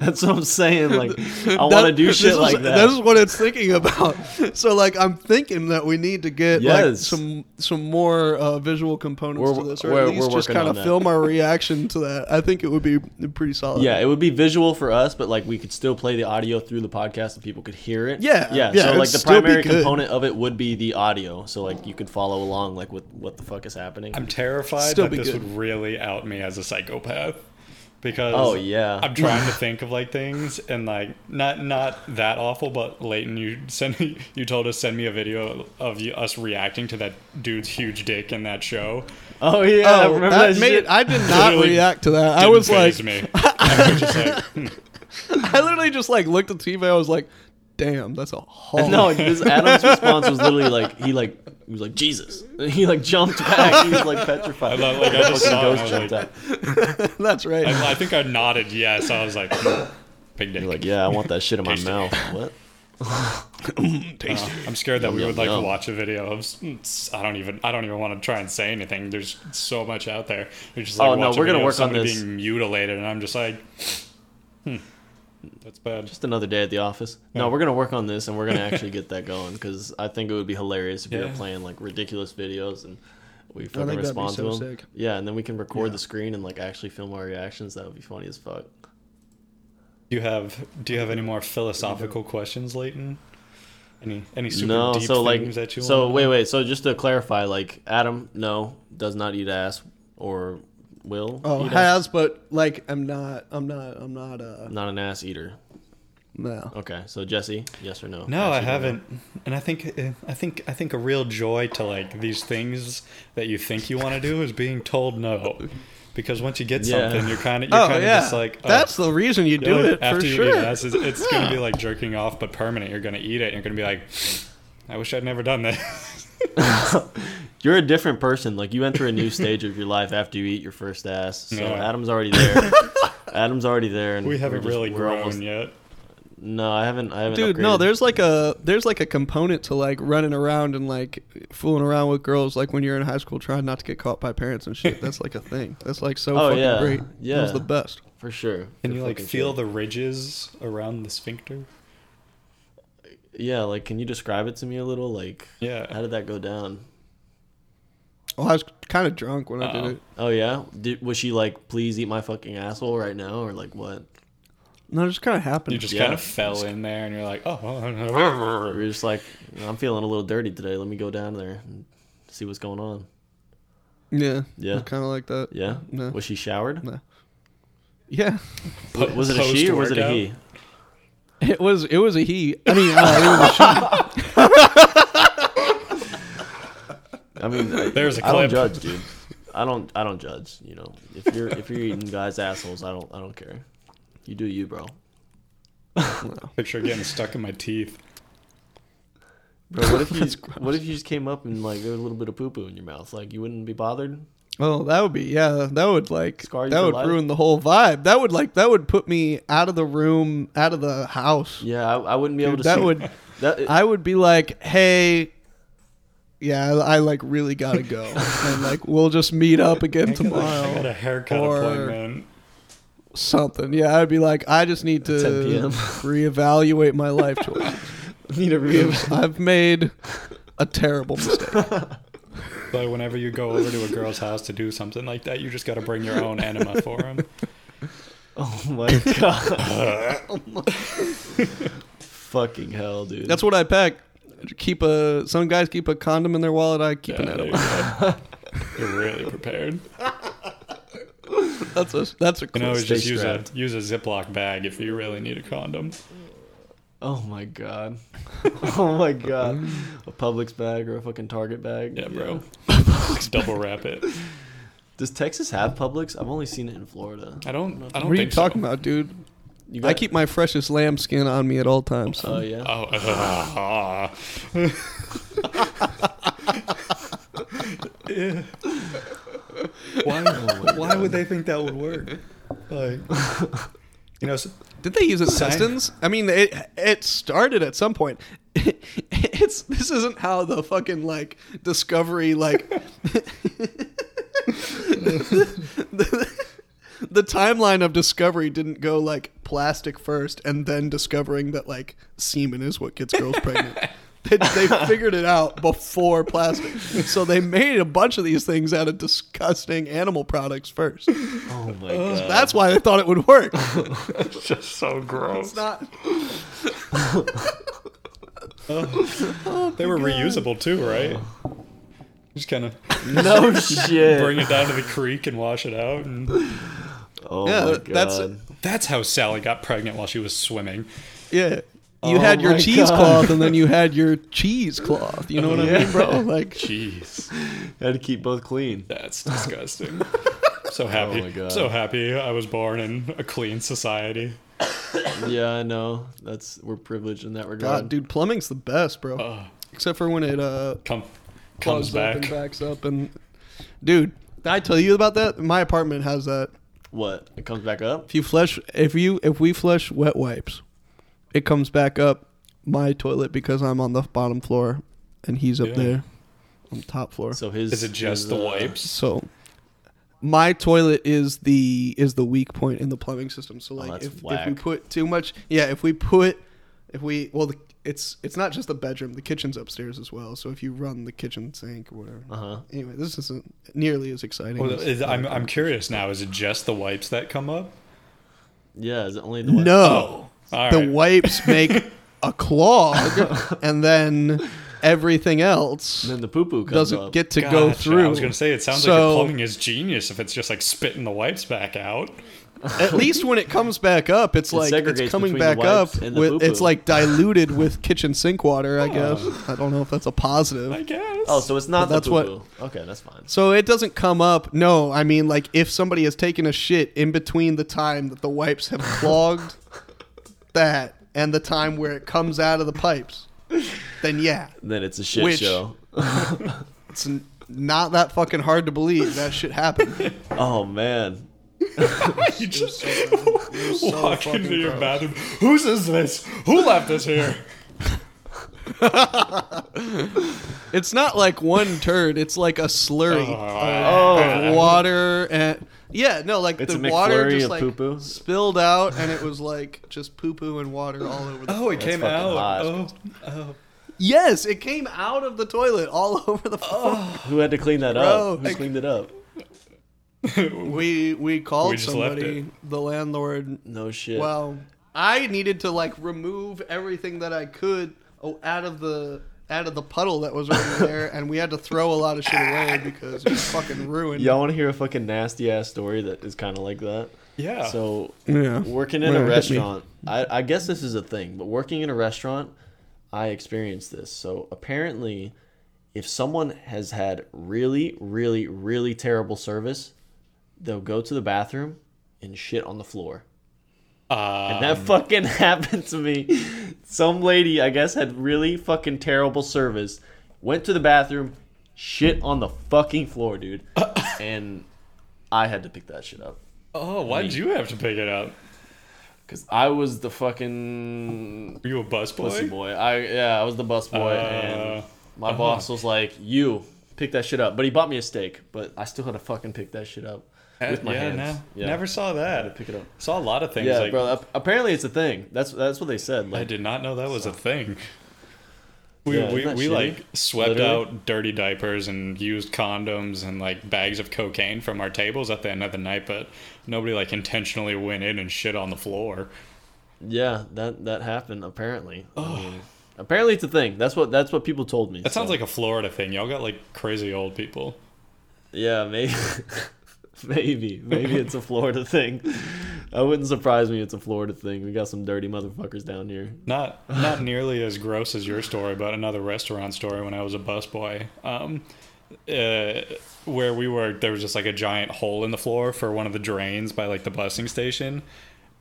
Speaker 1: That's what I'm saying. Like, I
Speaker 3: That-
Speaker 1: want to do
Speaker 3: this
Speaker 1: shit
Speaker 3: is-
Speaker 1: like that.
Speaker 3: This is what it's thinking about. So like I'm thinking that we need to get like
Speaker 1: Yes.
Speaker 3: some some more uh, visual components
Speaker 1: We're-
Speaker 3: to this, or
Speaker 1: we're-
Speaker 3: at least
Speaker 1: we're
Speaker 3: just
Speaker 1: working
Speaker 3: kind
Speaker 1: on
Speaker 3: of
Speaker 1: that.
Speaker 3: film our reaction to that. I think it would be pretty solid.
Speaker 1: yeah, it would be visual for us, but like we could still play the audio through the podcast and people could hear it.
Speaker 3: Yeah,
Speaker 1: yeah.
Speaker 3: yeah,
Speaker 1: so
Speaker 3: it'd
Speaker 1: like the
Speaker 3: still be
Speaker 1: primary
Speaker 3: good.
Speaker 1: component of it would be the audio, so like you could follow along like with what the fuck is happening.
Speaker 2: I'm terrified
Speaker 3: Still
Speaker 2: that
Speaker 3: be
Speaker 2: this
Speaker 3: good.
Speaker 2: would really out me as a psychopath because
Speaker 1: Oh, yeah.
Speaker 2: I'm trying to think of like things and like not not that awful, but Leighton, you sent me you told us send me a video of you, us reacting to that dude's huge dick in that show.
Speaker 1: oh yeah, I
Speaker 3: Oh,
Speaker 1: remember
Speaker 3: that,
Speaker 1: that
Speaker 3: made
Speaker 1: shit.
Speaker 3: it, I did not
Speaker 2: Literally
Speaker 3: react to that. I
Speaker 2: Didn't
Speaker 3: was like,
Speaker 2: faze me. I was just like,
Speaker 3: I literally just like looked at TV. I was like, damn, that's a hard.
Speaker 1: no, this Adam's response was literally like he like he was like Jesus. He like jumped back. He was like petrified.
Speaker 2: I love- like, I just
Speaker 1: Fucking
Speaker 2: saw it, I
Speaker 1: ghost
Speaker 2: was
Speaker 1: jumped
Speaker 2: like-
Speaker 1: out.
Speaker 3: that's right.
Speaker 2: I, I think I nodded yes. I was like, "Hmm, big dick.
Speaker 1: Like yeah, I want that shit in my
Speaker 2: Tasty.
Speaker 1: mouth. What?
Speaker 2: Uh, I'm scared that we
Speaker 1: yum,
Speaker 2: would like
Speaker 1: yum.
Speaker 2: to watch a video of. s- s- I don't even. I don't even want to try and say anything. There's so much out there. We just like
Speaker 1: Oh, no,
Speaker 2: watch a
Speaker 1: we're gonna
Speaker 2: video
Speaker 1: work
Speaker 2: of
Speaker 1: on
Speaker 2: somebody
Speaker 1: this.
Speaker 2: Being mutilated, and I'm just like, hmm, that's bad.
Speaker 1: Just another day at the office. No, we're gonna work on this and we're gonna actually get that going because I think it would be hilarious if we were
Speaker 2: Yeah.
Speaker 1: playing like ridiculous videos and we fucking
Speaker 3: that'd be
Speaker 1: respond
Speaker 3: so
Speaker 1: to them.
Speaker 3: sick.
Speaker 1: Yeah, and then we can record the screen and like actually film our reactions. That would be funny as fuck.
Speaker 2: Do you have Do you have any more philosophical questions, Leighton? Any Any super
Speaker 1: no,
Speaker 2: deep
Speaker 1: so like
Speaker 2: things that you
Speaker 1: so
Speaker 2: want?
Speaker 1: wait wait so just to clarify like Adam no does not eat ass or will
Speaker 3: oh,
Speaker 1: eat ass.
Speaker 3: has but like I'm not. I'm not. I'm not. Uh,
Speaker 1: not an ass eater.
Speaker 3: no.
Speaker 1: Okay, so Jesse, yes or no?
Speaker 2: No,
Speaker 1: Ass
Speaker 2: I
Speaker 1: eater,
Speaker 2: haven't. And I think uh, I think I think a real joy to like these things that you think you want to do is being told no. Because once you get
Speaker 1: Yeah.
Speaker 2: something, you're kind of you're
Speaker 3: Oh
Speaker 2: kind of
Speaker 3: yeah,
Speaker 2: just like oh,
Speaker 3: that's the reason you do
Speaker 2: Yeah,
Speaker 3: it
Speaker 2: after
Speaker 3: for
Speaker 2: you
Speaker 3: sure.
Speaker 2: eat ass, it's, it's gonna be like jerking off, but permanent. You're gonna eat it. and You're gonna be like, I wish I'd never done that.
Speaker 1: You're a different person. Like you enter a new stage of your life after you eat your first ass. So
Speaker 2: Yeah.
Speaker 1: Adam's already there. Adam's already there, and
Speaker 2: we
Speaker 1: we're
Speaker 2: haven't
Speaker 1: just-
Speaker 2: really
Speaker 1: we're
Speaker 2: grown
Speaker 1: almost-
Speaker 2: yet.
Speaker 1: No, I haven't. I haven't.
Speaker 3: Dude, no,
Speaker 1: upgraded.
Speaker 3: there's like a there's like a component to like running around and like fooling around with girls like when you're in high school trying not to get caught by parents and shit. That's like a thing. That's like so
Speaker 1: Oh,
Speaker 3: fucking
Speaker 1: yeah.
Speaker 3: great. That was
Speaker 1: Yeah.
Speaker 3: the best.
Speaker 1: for sure.
Speaker 2: Can
Speaker 1: For
Speaker 2: you like
Speaker 1: fucking
Speaker 2: feel
Speaker 1: sure.
Speaker 2: the ridges around the sphincter?
Speaker 1: Yeah, like can you describe it to me a little? Like,
Speaker 2: Yeah.
Speaker 1: how did that go down?
Speaker 3: Well, I was kind of drunk when I
Speaker 2: Uh-oh.
Speaker 3: did it.
Speaker 1: Oh yeah, did, was she like, please eat my fucking asshole right now, or like what?
Speaker 3: No, it just kind of happened.
Speaker 2: You just
Speaker 1: Yeah.
Speaker 2: kind of fell in there, and you're like, oh,
Speaker 1: We were just like, I'm feeling a little dirty today. Let me go down there and see what's going on.
Speaker 3: yeah,
Speaker 1: Yeah.
Speaker 3: kind of like that.
Speaker 1: Yeah.
Speaker 3: No.
Speaker 1: Was she showered?
Speaker 3: No. Yeah,
Speaker 1: W- Was it a she or was it a he?
Speaker 3: it was it was a he. I mean, uh, it was a she.
Speaker 1: I mean, I-
Speaker 2: There's a
Speaker 1: I don't
Speaker 2: clip.
Speaker 1: judge, dude. I don't. I don't judge. You know, if you're if you're eating guys' assholes, I don't. I don't care. You do you, bro.
Speaker 2: Picture getting stuck in my teeth.
Speaker 1: Bro, what if you what if you just came up and like there was a little bit of poo poo in your mouth? Like you wouldn't be bothered.
Speaker 3: Oh, that would be yeah. That would like
Speaker 1: Scar you
Speaker 3: that
Speaker 1: for
Speaker 3: would
Speaker 1: life?
Speaker 3: ruin the whole vibe. That would like that would put me out of the room, out of the house.
Speaker 1: Yeah, I, I wouldn't be able to.
Speaker 3: that
Speaker 1: see-
Speaker 3: would-
Speaker 1: That,
Speaker 3: I would be like, hey, yeah, I, I like really gotta go, and like we'll just meet up again
Speaker 2: I got
Speaker 3: tomorrow,
Speaker 2: a haircut
Speaker 3: Or-
Speaker 2: appointment.
Speaker 3: something. Yeah, I'd be like, I just need to
Speaker 1: 10 p.m..
Speaker 3: reevaluate my life choices.
Speaker 1: need a real.
Speaker 3: I've made a terrible mistake.
Speaker 2: But whenever you go over to a girl's house to do something like that, you just got to bring your own enema for them.
Speaker 1: Oh my god. Fucking hell, dude.
Speaker 3: That's what I pack. Keep a some guys keep a condom in their wallet. I keep an
Speaker 2: Yeah, there you
Speaker 3: edible.
Speaker 2: go. You're really prepared.
Speaker 3: That's a that's a
Speaker 2: You
Speaker 3: cool.
Speaker 2: know,
Speaker 1: Stay
Speaker 2: just use a
Speaker 1: strapped.
Speaker 2: use a Ziploc bag if you really need a condom.
Speaker 1: Oh my god. Oh my god. A Publix bag or a fucking Target bag.
Speaker 2: Yeah, bro. Double wrap it.
Speaker 1: Does Texas have Publix? I've only seen it in Florida.
Speaker 2: I don't. I don't
Speaker 3: what are you
Speaker 2: think so.
Speaker 3: talking about, dude?
Speaker 1: You
Speaker 3: I keep my freshest lamb skin on me at all times.
Speaker 1: Oh yeah.
Speaker 2: Oh, uh, Yeah. why? Why would they think that would work? Like, you know, s-
Speaker 3: Did they use
Speaker 2: Sign-
Speaker 3: intestines? I mean, it it started at some point. It's this isn't how the fucking like discovery like the, the timeline of discovery didn't go like plastic first and then discovering that like semen is what gets girls pregnant. They, they figured it out before plastic, so they made a bunch of these things out of disgusting animal products first. Uh,
Speaker 1: Oh my god.
Speaker 3: That's why they thought it would work.
Speaker 2: it's just so gross.
Speaker 3: It's not.
Speaker 2: they were reusable too, right? Just kind of
Speaker 1: no
Speaker 2: bring
Speaker 1: shit.
Speaker 2: it down to the creek and wash it out. And
Speaker 1: Oh
Speaker 3: Yeah,
Speaker 1: my god.
Speaker 3: that's-
Speaker 2: that's how Sally got pregnant while she was swimming.
Speaker 3: Yeah. You
Speaker 1: Oh
Speaker 3: had your
Speaker 1: my
Speaker 3: cheesecloth and then you had your cheesecloth. You know what I
Speaker 1: Yeah.
Speaker 3: mean, bro? Like,
Speaker 2: Jeez,
Speaker 1: had to keep both clean.
Speaker 2: that's disgusting. So happy.
Speaker 1: Oh my God.
Speaker 2: So happy I was born in a clean society.
Speaker 1: Yeah, I know. That's we're privileged in that regard.
Speaker 3: God, dude, plumbing's the best, bro. Except for when it uh
Speaker 2: Come, comes
Speaker 3: plugs up
Speaker 2: back.
Speaker 3: and backs up and, dude, did I tell you about that? My apartment has that.
Speaker 1: What? It comes back up?
Speaker 3: If you flush, if you if we flush wet wipes, it comes back up my toilet because I'm on the bottom floor and he's up
Speaker 2: Yeah.
Speaker 3: there on the top floor.
Speaker 1: So his
Speaker 2: Is it just
Speaker 1: his,
Speaker 2: the
Speaker 1: uh,
Speaker 2: wipes?
Speaker 3: So my toilet is the is the weak point in the plumbing system. So like
Speaker 1: Oh, that's
Speaker 3: if, if we
Speaker 1: whack.
Speaker 3: put too much, yeah, if we put if we well the, it's it's not just the bedroom, the kitchen's upstairs as well. So if you run the kitchen sink or whatever.
Speaker 1: Uh-huh.
Speaker 3: Anyway, this isn't nearly as exciting.
Speaker 2: Well,
Speaker 3: as-
Speaker 2: is- I'm, I'm curious now. Is it just the wipes that come up?
Speaker 1: Yeah, is it only the wipes?
Speaker 3: no.
Speaker 2: Oh, All
Speaker 3: the
Speaker 2: right.
Speaker 3: wipes make a clog and then everything else
Speaker 1: Then the poo poo comes
Speaker 3: doesn't
Speaker 1: up.
Speaker 3: get to go
Speaker 2: Gotcha.
Speaker 3: through.
Speaker 2: I was gonna say it sounds like your
Speaker 3: So-
Speaker 2: plumbing is genius if it's just like spitting the wipes back out.
Speaker 3: At least when it comes back up, it's like
Speaker 1: segregates
Speaker 3: it's coming
Speaker 1: between the
Speaker 3: back up.
Speaker 1: wipes and the
Speaker 3: With,
Speaker 1: poo-poo.
Speaker 3: it's like diluted with kitchen sink water, I guess. I don't know if that's a
Speaker 2: I
Speaker 3: positive.
Speaker 2: guess.
Speaker 1: Oh, so it's not
Speaker 3: But
Speaker 1: the
Speaker 3: that's what-
Speaker 1: poo poo. Okay, that's fine.
Speaker 3: So it doesn't come up. No, I mean like if somebody has taken a shit in between the time that the wipes have clogged that and the time where it comes out of the pipes. then yeah,
Speaker 1: then it's a shit
Speaker 3: Which-
Speaker 1: show.
Speaker 3: it's n- not that fucking hard to believe that shit happened.
Speaker 1: Oh man,
Speaker 2: You just
Speaker 3: It was so
Speaker 2: walk
Speaker 3: fucking
Speaker 2: into your
Speaker 3: gross.
Speaker 2: bathroom. Whose is this? Who left this here?
Speaker 3: It's not like one turd. It's like a slurry
Speaker 1: Oh,
Speaker 3: of water and yeah, no, like
Speaker 1: It's
Speaker 3: the
Speaker 1: a
Speaker 3: water
Speaker 1: McFlurry
Speaker 3: just
Speaker 1: of
Speaker 3: like
Speaker 1: poo-poo?
Speaker 3: spilled out, and it was like just poo poo and water all over. The
Speaker 2: Oh, it came
Speaker 1: fucking
Speaker 2: out.
Speaker 1: hot.
Speaker 2: Oh,
Speaker 3: yes, it came out of the toilet all over the.
Speaker 1: Oh.
Speaker 3: floor.
Speaker 1: who had to clean that
Speaker 3: Bro,
Speaker 1: up? Who
Speaker 3: like-
Speaker 1: cleaned it up?
Speaker 3: We we called
Speaker 2: We just left
Speaker 3: somebody. The landlord.
Speaker 1: No shit.
Speaker 3: Well, I needed to like remove everything that I could oh, out of the out of the puddle that was over there, and we had to throw a lot of shit away because it was fucking ruined.
Speaker 1: Ah. Y'all want to hear a fucking nasty ass story that is kind of like that?
Speaker 2: yeah.
Speaker 1: So
Speaker 3: Yeah.
Speaker 1: working in a
Speaker 3: Yeah, hit me.
Speaker 1: restaurant, I, I guess this is a thing, but working in a restaurant, I experienced this. So apparently, if someone has had really, really, really terrible service, they'll go to the bathroom and shit on the floor.
Speaker 2: uh,
Speaker 1: And that fucking happened to me. Some lady, I guess, had really fucking terrible service. Went to the bathroom, shit on the fucking floor, dude. and I had to pick that shit up.
Speaker 2: oh, why'd you have to pick it up?
Speaker 1: Because I was the fucking
Speaker 2: Were you a busboy?
Speaker 1: pussy boy. uh-huh. I Yeah, I was the bus boy.
Speaker 2: Uh,
Speaker 1: and my boss was like, you pick that shit up. But he bought me a steak, but I still had to fucking pick that shit up. With my
Speaker 2: Uh, yeah,
Speaker 1: hands.
Speaker 2: no,
Speaker 1: Yeah.
Speaker 2: never saw that.
Speaker 1: Pick it up.
Speaker 2: Saw a lot of things.
Speaker 1: Yeah,
Speaker 2: like,
Speaker 1: bro. ap- Apparently, it's a thing. That's that's what they said.
Speaker 2: I
Speaker 1: Like,
Speaker 2: did not know that was a thing. We,
Speaker 1: Yeah, isn't
Speaker 2: we,
Speaker 1: that
Speaker 2: we
Speaker 1: shitty?
Speaker 2: like swept
Speaker 1: Literally.
Speaker 2: out dirty diapers and used condoms and like bags of cocaine from our tables at the end of the night, but nobody like intentionally went in and shit on the floor.
Speaker 1: Yeah, that that happened apparently. I mean, apparently, it's a thing. That's what that's what people told me.
Speaker 2: That sounds like a Florida thing. Y'all got like crazy old people.
Speaker 1: yeah, maybe, maybe, maybe it's a Florida thing. I wouldn't surprise me. It's a Florida thing. We got some dirty motherfuckers down here.
Speaker 2: Not not nearly as gross as your story, but another restaurant story when I was a busboy. Um, uh, where we were, there was just like a giant hole in the floor for one of the drains by like the busing station,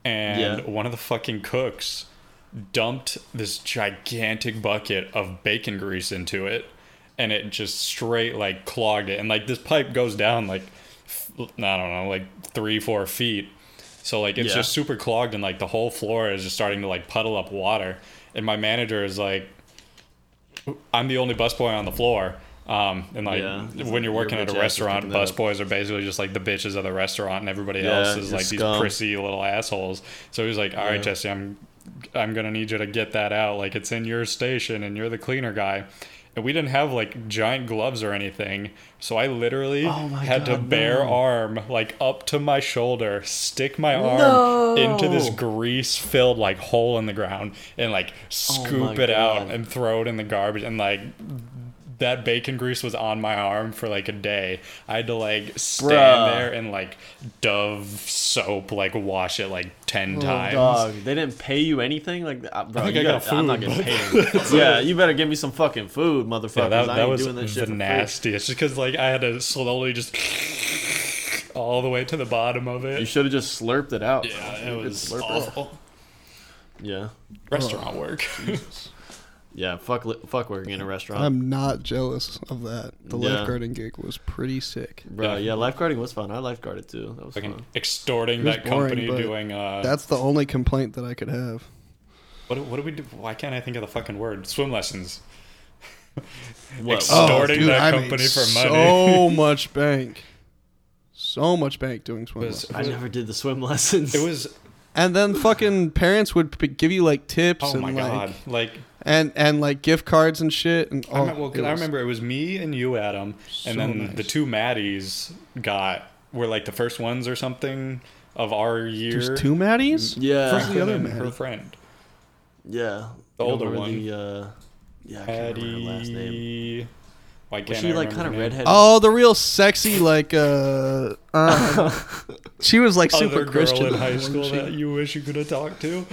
Speaker 2: and
Speaker 1: Yeah.
Speaker 2: one of the fucking cooks dumped this gigantic bucket of bacon grease into it, and it just straight like clogged it, and like this pipe goes down like f- I don't know, like three four feet. So like it's
Speaker 1: Yeah.
Speaker 2: just super clogged and like the whole floor is just starting to like puddle up water. And my manager is like, I'm the only busboy on the floor. Um, and like
Speaker 1: Yeah.
Speaker 2: when you're working
Speaker 1: Your bitch
Speaker 2: at a
Speaker 1: ass is
Speaker 2: restaurant,
Speaker 1: picking that up.
Speaker 2: busboys are basically just like the bitches of the restaurant, and everybody
Speaker 1: Yeah,
Speaker 2: else is
Speaker 1: you're
Speaker 2: like these
Speaker 1: scum.
Speaker 2: prissy little assholes. So he's like, "All right, Jesse, I'm I'm gonna need you to get that out. Like it's in your station, and you're the cleaner guy." And we didn't have like giant gloves or anything, so I literally
Speaker 1: Oh my
Speaker 2: had to
Speaker 1: God,
Speaker 2: bare arm like up to my shoulder, stick my arm into this
Speaker 1: No.
Speaker 2: grease filled like hole in the ground, and like scoop
Speaker 1: Oh my
Speaker 2: it out
Speaker 1: God.
Speaker 2: and throw it in the garbage, and like that bacon grease was on my arm for like a day. I had to like stand
Speaker 1: Bruh.
Speaker 2: there and like Dove soap, like wash it like
Speaker 1: Oh,
Speaker 2: ten times.
Speaker 1: Dog, they didn't pay you anything. Like, uh, bro,
Speaker 2: think
Speaker 1: you
Speaker 2: I got
Speaker 1: gotta- I'm not
Speaker 2: food,
Speaker 1: getting
Speaker 2: but-
Speaker 1: paid. yeah, you better give me some fucking food, motherfuckers.
Speaker 2: Yeah, that,
Speaker 1: I
Speaker 2: that
Speaker 1: ain't
Speaker 2: was
Speaker 1: doing that shit
Speaker 2: the
Speaker 1: for free.
Speaker 2: nastiest. Just because like I had to slowly just all the way to the bottom of
Speaker 1: You
Speaker 2: it.
Speaker 1: should have just slurped it out.
Speaker 2: Yeah,
Speaker 1: You
Speaker 2: it
Speaker 1: could
Speaker 2: was
Speaker 1: slurp
Speaker 2: awful.
Speaker 1: Yeah,
Speaker 2: Restaurant work.
Speaker 1: yeah. Fuck, li- fuck working in a restaurant.
Speaker 3: I'm not jealous of that. The
Speaker 1: Yeah.
Speaker 3: lifeguarding gig was pretty sick.
Speaker 1: Bro, yeah, lifeguarding was fun. I lifeguarded too. That was fun.
Speaker 2: Fucking extorting
Speaker 3: was
Speaker 2: that
Speaker 3: boring,
Speaker 2: company
Speaker 3: but
Speaker 2: doing uh
Speaker 3: That's the only complaint that I could have.
Speaker 2: what what do we do why can't I think of the fucking word? Swim lessons.
Speaker 1: What?
Speaker 2: Oh, Starting that company for
Speaker 3: so much bank, so much bank doing swim
Speaker 2: It was-
Speaker 3: lessons.
Speaker 1: I never did the swim lessons.
Speaker 2: it was
Speaker 3: and then fucking parents would p- give you like tips
Speaker 2: oh
Speaker 3: and
Speaker 2: my
Speaker 3: like
Speaker 2: god. Like
Speaker 3: and and like gift cards and shit. And
Speaker 2: I,
Speaker 3: oh,
Speaker 2: remember, well, 'cause
Speaker 3: it
Speaker 2: I
Speaker 3: was-
Speaker 2: remember it was me and you, Adam, and then the two Maddies got were like the first ones or something of our year.
Speaker 3: There's two Maddies.
Speaker 1: Yeah.
Speaker 3: Who's the other
Speaker 2: and then Mm, her
Speaker 3: Maddie?
Speaker 2: friend.
Speaker 1: Yeah,
Speaker 2: The
Speaker 1: You don't
Speaker 2: older
Speaker 1: remember
Speaker 2: one.
Speaker 1: The, uh, yeah, I can't remember her last name.
Speaker 2: Maddie. Why can't
Speaker 1: Was she
Speaker 2: I
Speaker 1: like
Speaker 2: remember
Speaker 1: kind of
Speaker 2: her name?
Speaker 1: redheaded?
Speaker 3: Oh, the real sexy like uh, um, she was like super
Speaker 2: Other girl
Speaker 3: Christian
Speaker 2: in high
Speaker 3: wasn't
Speaker 2: school
Speaker 3: she?
Speaker 2: that you wish you could have talked to.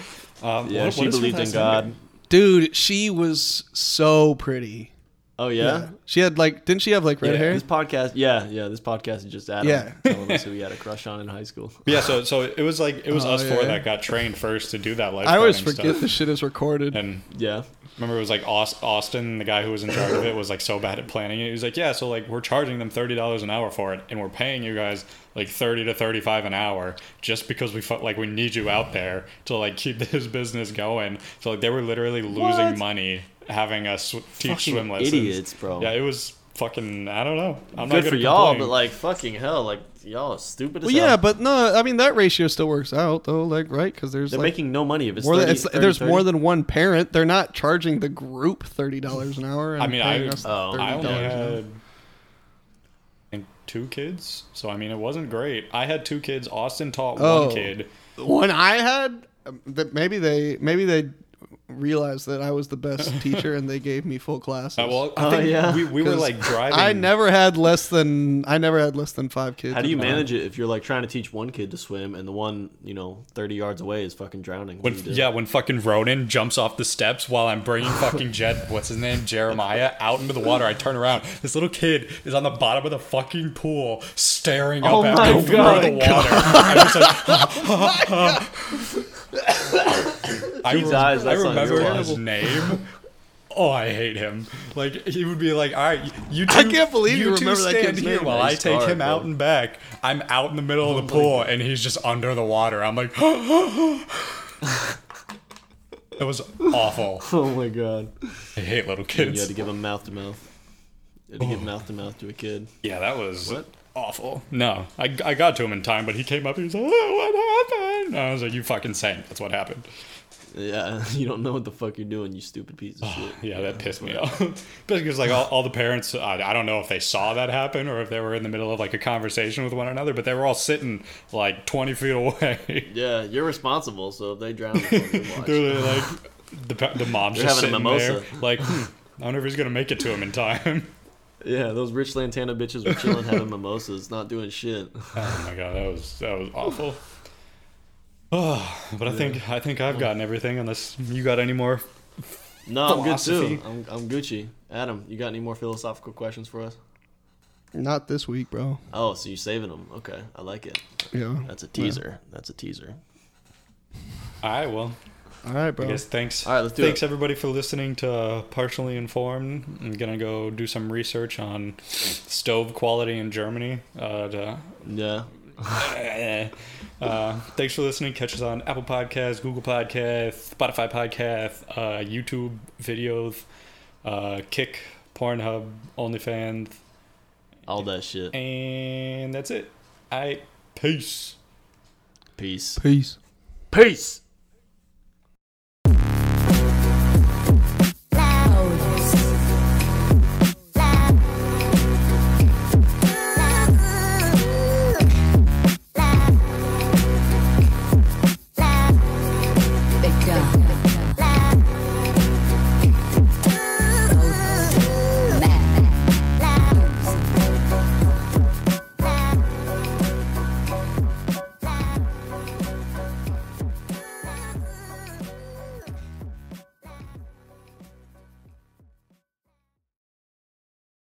Speaker 2: Um,
Speaker 1: yeah,
Speaker 2: what-
Speaker 1: she
Speaker 2: what is with
Speaker 1: believed in
Speaker 2: us
Speaker 1: God.
Speaker 2: having-
Speaker 3: Dude, she was so pretty.
Speaker 1: Oh yeah.
Speaker 3: She had like, didn't she have like red
Speaker 2: Yeah,
Speaker 3: hair?
Speaker 1: This podcast, yeah, yeah. This podcast is just Adam
Speaker 3: Yeah.
Speaker 1: telling us who he had a crush on in high school.
Speaker 2: Yeah, so so it was like it was
Speaker 3: Oh,
Speaker 2: us
Speaker 3: yeah.
Speaker 2: four that got trained first to do that life.
Speaker 3: I always
Speaker 2: planning
Speaker 3: forget
Speaker 2: stuff.
Speaker 3: this shit is recorded.
Speaker 2: And
Speaker 1: Yeah,
Speaker 2: remember, it was like Aus- Austin, the guy who was in charge of it, was like so bad at planning it. He was like, "Yeah, so like we're charging them thirty dollars an hour for it, and we're paying you guys like thirty to thirty-five an hour just because we felt like we need you out there to like keep this business going." So like they were literally losing
Speaker 1: What?
Speaker 2: money having us sw- teach
Speaker 1: Fucking
Speaker 2: swim lessons.
Speaker 1: idiots, bro.
Speaker 2: Yeah, it was fucking. I don't know. I'm not
Speaker 1: good
Speaker 2: gonna
Speaker 1: for y'all,
Speaker 2: complain.
Speaker 1: but like fucking hell, like y'all are stupid as
Speaker 3: well,
Speaker 1: hell.
Speaker 3: yeah, but no, I mean that ratio still works out though, like right? Because there's
Speaker 1: they're
Speaker 3: like
Speaker 1: making no money if it's,
Speaker 3: more
Speaker 1: 30,
Speaker 3: than, it's,
Speaker 1: 30,
Speaker 3: there's
Speaker 1: 30.
Speaker 3: more than one parent. They're not charging the group thirty dollars an hour. And
Speaker 2: I mean, I-
Speaker 3: paying us
Speaker 1: oh,
Speaker 2: I
Speaker 3: $30
Speaker 2: only
Speaker 3: an hour.
Speaker 2: had I think, two kids, so I mean it wasn't great. I had two kids. Austin taught
Speaker 3: Oh.
Speaker 2: one kid.
Speaker 3: when I had um, that maybe they maybe they realized that I was the best teacher and they gave me full classes.
Speaker 2: Uh, well,
Speaker 1: Oh,
Speaker 2: I think
Speaker 1: yeah.
Speaker 2: we, we were
Speaker 3: 'Cause
Speaker 2: like driving.
Speaker 3: I never had less than I never had less than five kids.
Speaker 1: How do you
Speaker 3: in my-
Speaker 1: manage it if you're like trying to teach one kid to swim and the one you know 30 yards away is fucking drowning? What
Speaker 2: When,
Speaker 1: do you do?
Speaker 2: yeah, when fucking Ronan jumps off the steps while I'm bringing fucking Jed, what's his name, Jeremiah, out into the water, I turn around. This little kid is on the bottom of the fucking pool, staring
Speaker 1: Oh
Speaker 2: up
Speaker 1: my
Speaker 2: at me through
Speaker 1: God.
Speaker 2: the water. And I'm just like, I,
Speaker 1: He dies,
Speaker 2: I
Speaker 1: that's not your
Speaker 2: remember
Speaker 1: fault.
Speaker 2: his name. Oh, I hate him. Like he would be like, "All right, you two,
Speaker 3: I can't believe you
Speaker 2: two
Speaker 3: remember that
Speaker 2: stand
Speaker 3: kid's
Speaker 2: here
Speaker 3: name.
Speaker 2: while I
Speaker 1: Nice
Speaker 2: take
Speaker 1: start,
Speaker 2: him out
Speaker 1: bro.
Speaker 2: and back. I'm out in the middle of the pool, and he's just under the water. I'm like, it was awful.
Speaker 1: Oh my god.
Speaker 2: I hate little
Speaker 1: You had
Speaker 2: kids.
Speaker 1: to give them mouth to mouth. You had to give
Speaker 2: Oh.
Speaker 1: mouth to mouth to a kid.
Speaker 2: Yeah, that was
Speaker 1: What?
Speaker 2: awful. No, I, I got to him in time, but he came up. He was like, oh, "What happened?" And I was like, "You fucking saint. That's what happened."
Speaker 1: Yeah, you don't know what the fuck you're doing, you stupid piece of shit.
Speaker 2: Oh, Yeah, that pissed me off. But because like all, all the parents, I, I don't know if they saw that happen or if they were in the middle of like a conversation with one another, but they were all sitting like 20 feet away.
Speaker 1: Yeah, you're responsible. So if they drown, it's on your watch.
Speaker 2: They're like, the, pa- the mom's
Speaker 1: They're
Speaker 2: just
Speaker 1: having a
Speaker 2: sitting
Speaker 1: mimosa.
Speaker 2: there, like, hmm, I wonder if he's gonna make it to him in time.
Speaker 1: yeah, those rich Lantana bitches were chilling, having mimosas, not doing shit.
Speaker 2: oh my god, that was that was awful. Oh, but I think I think I've gotten everything. Unless you got any more?
Speaker 1: No, I'm good
Speaker 2: Philosophy.
Speaker 1: too. I'm, I'm Gucci. Adam, you got any more philosophical questions for us?
Speaker 3: Not this week, bro.
Speaker 1: Oh, so you're saving them? Okay, I like it.
Speaker 3: Yeah.
Speaker 1: That's a teaser. That's a teaser.
Speaker 2: All right, well,
Speaker 3: All right, bro.
Speaker 2: I guess thanks.
Speaker 1: All right, let's do
Speaker 2: thanks
Speaker 1: it.
Speaker 2: everybody for listening to uh, Partially Informed. I'm gonna go do some research on stove quality in Germany. Uh, to,
Speaker 1: Yeah.
Speaker 2: uh, thanks for listening. Catch us on Apple Podcasts, Google Podcasts, Spotify Podcast, uh, YouTube videos, uh, Kick, Pornhub, OnlyFans,
Speaker 1: All that shit.
Speaker 2: and that's it. I peace.
Speaker 1: Peace.
Speaker 3: Peace.
Speaker 1: Peace.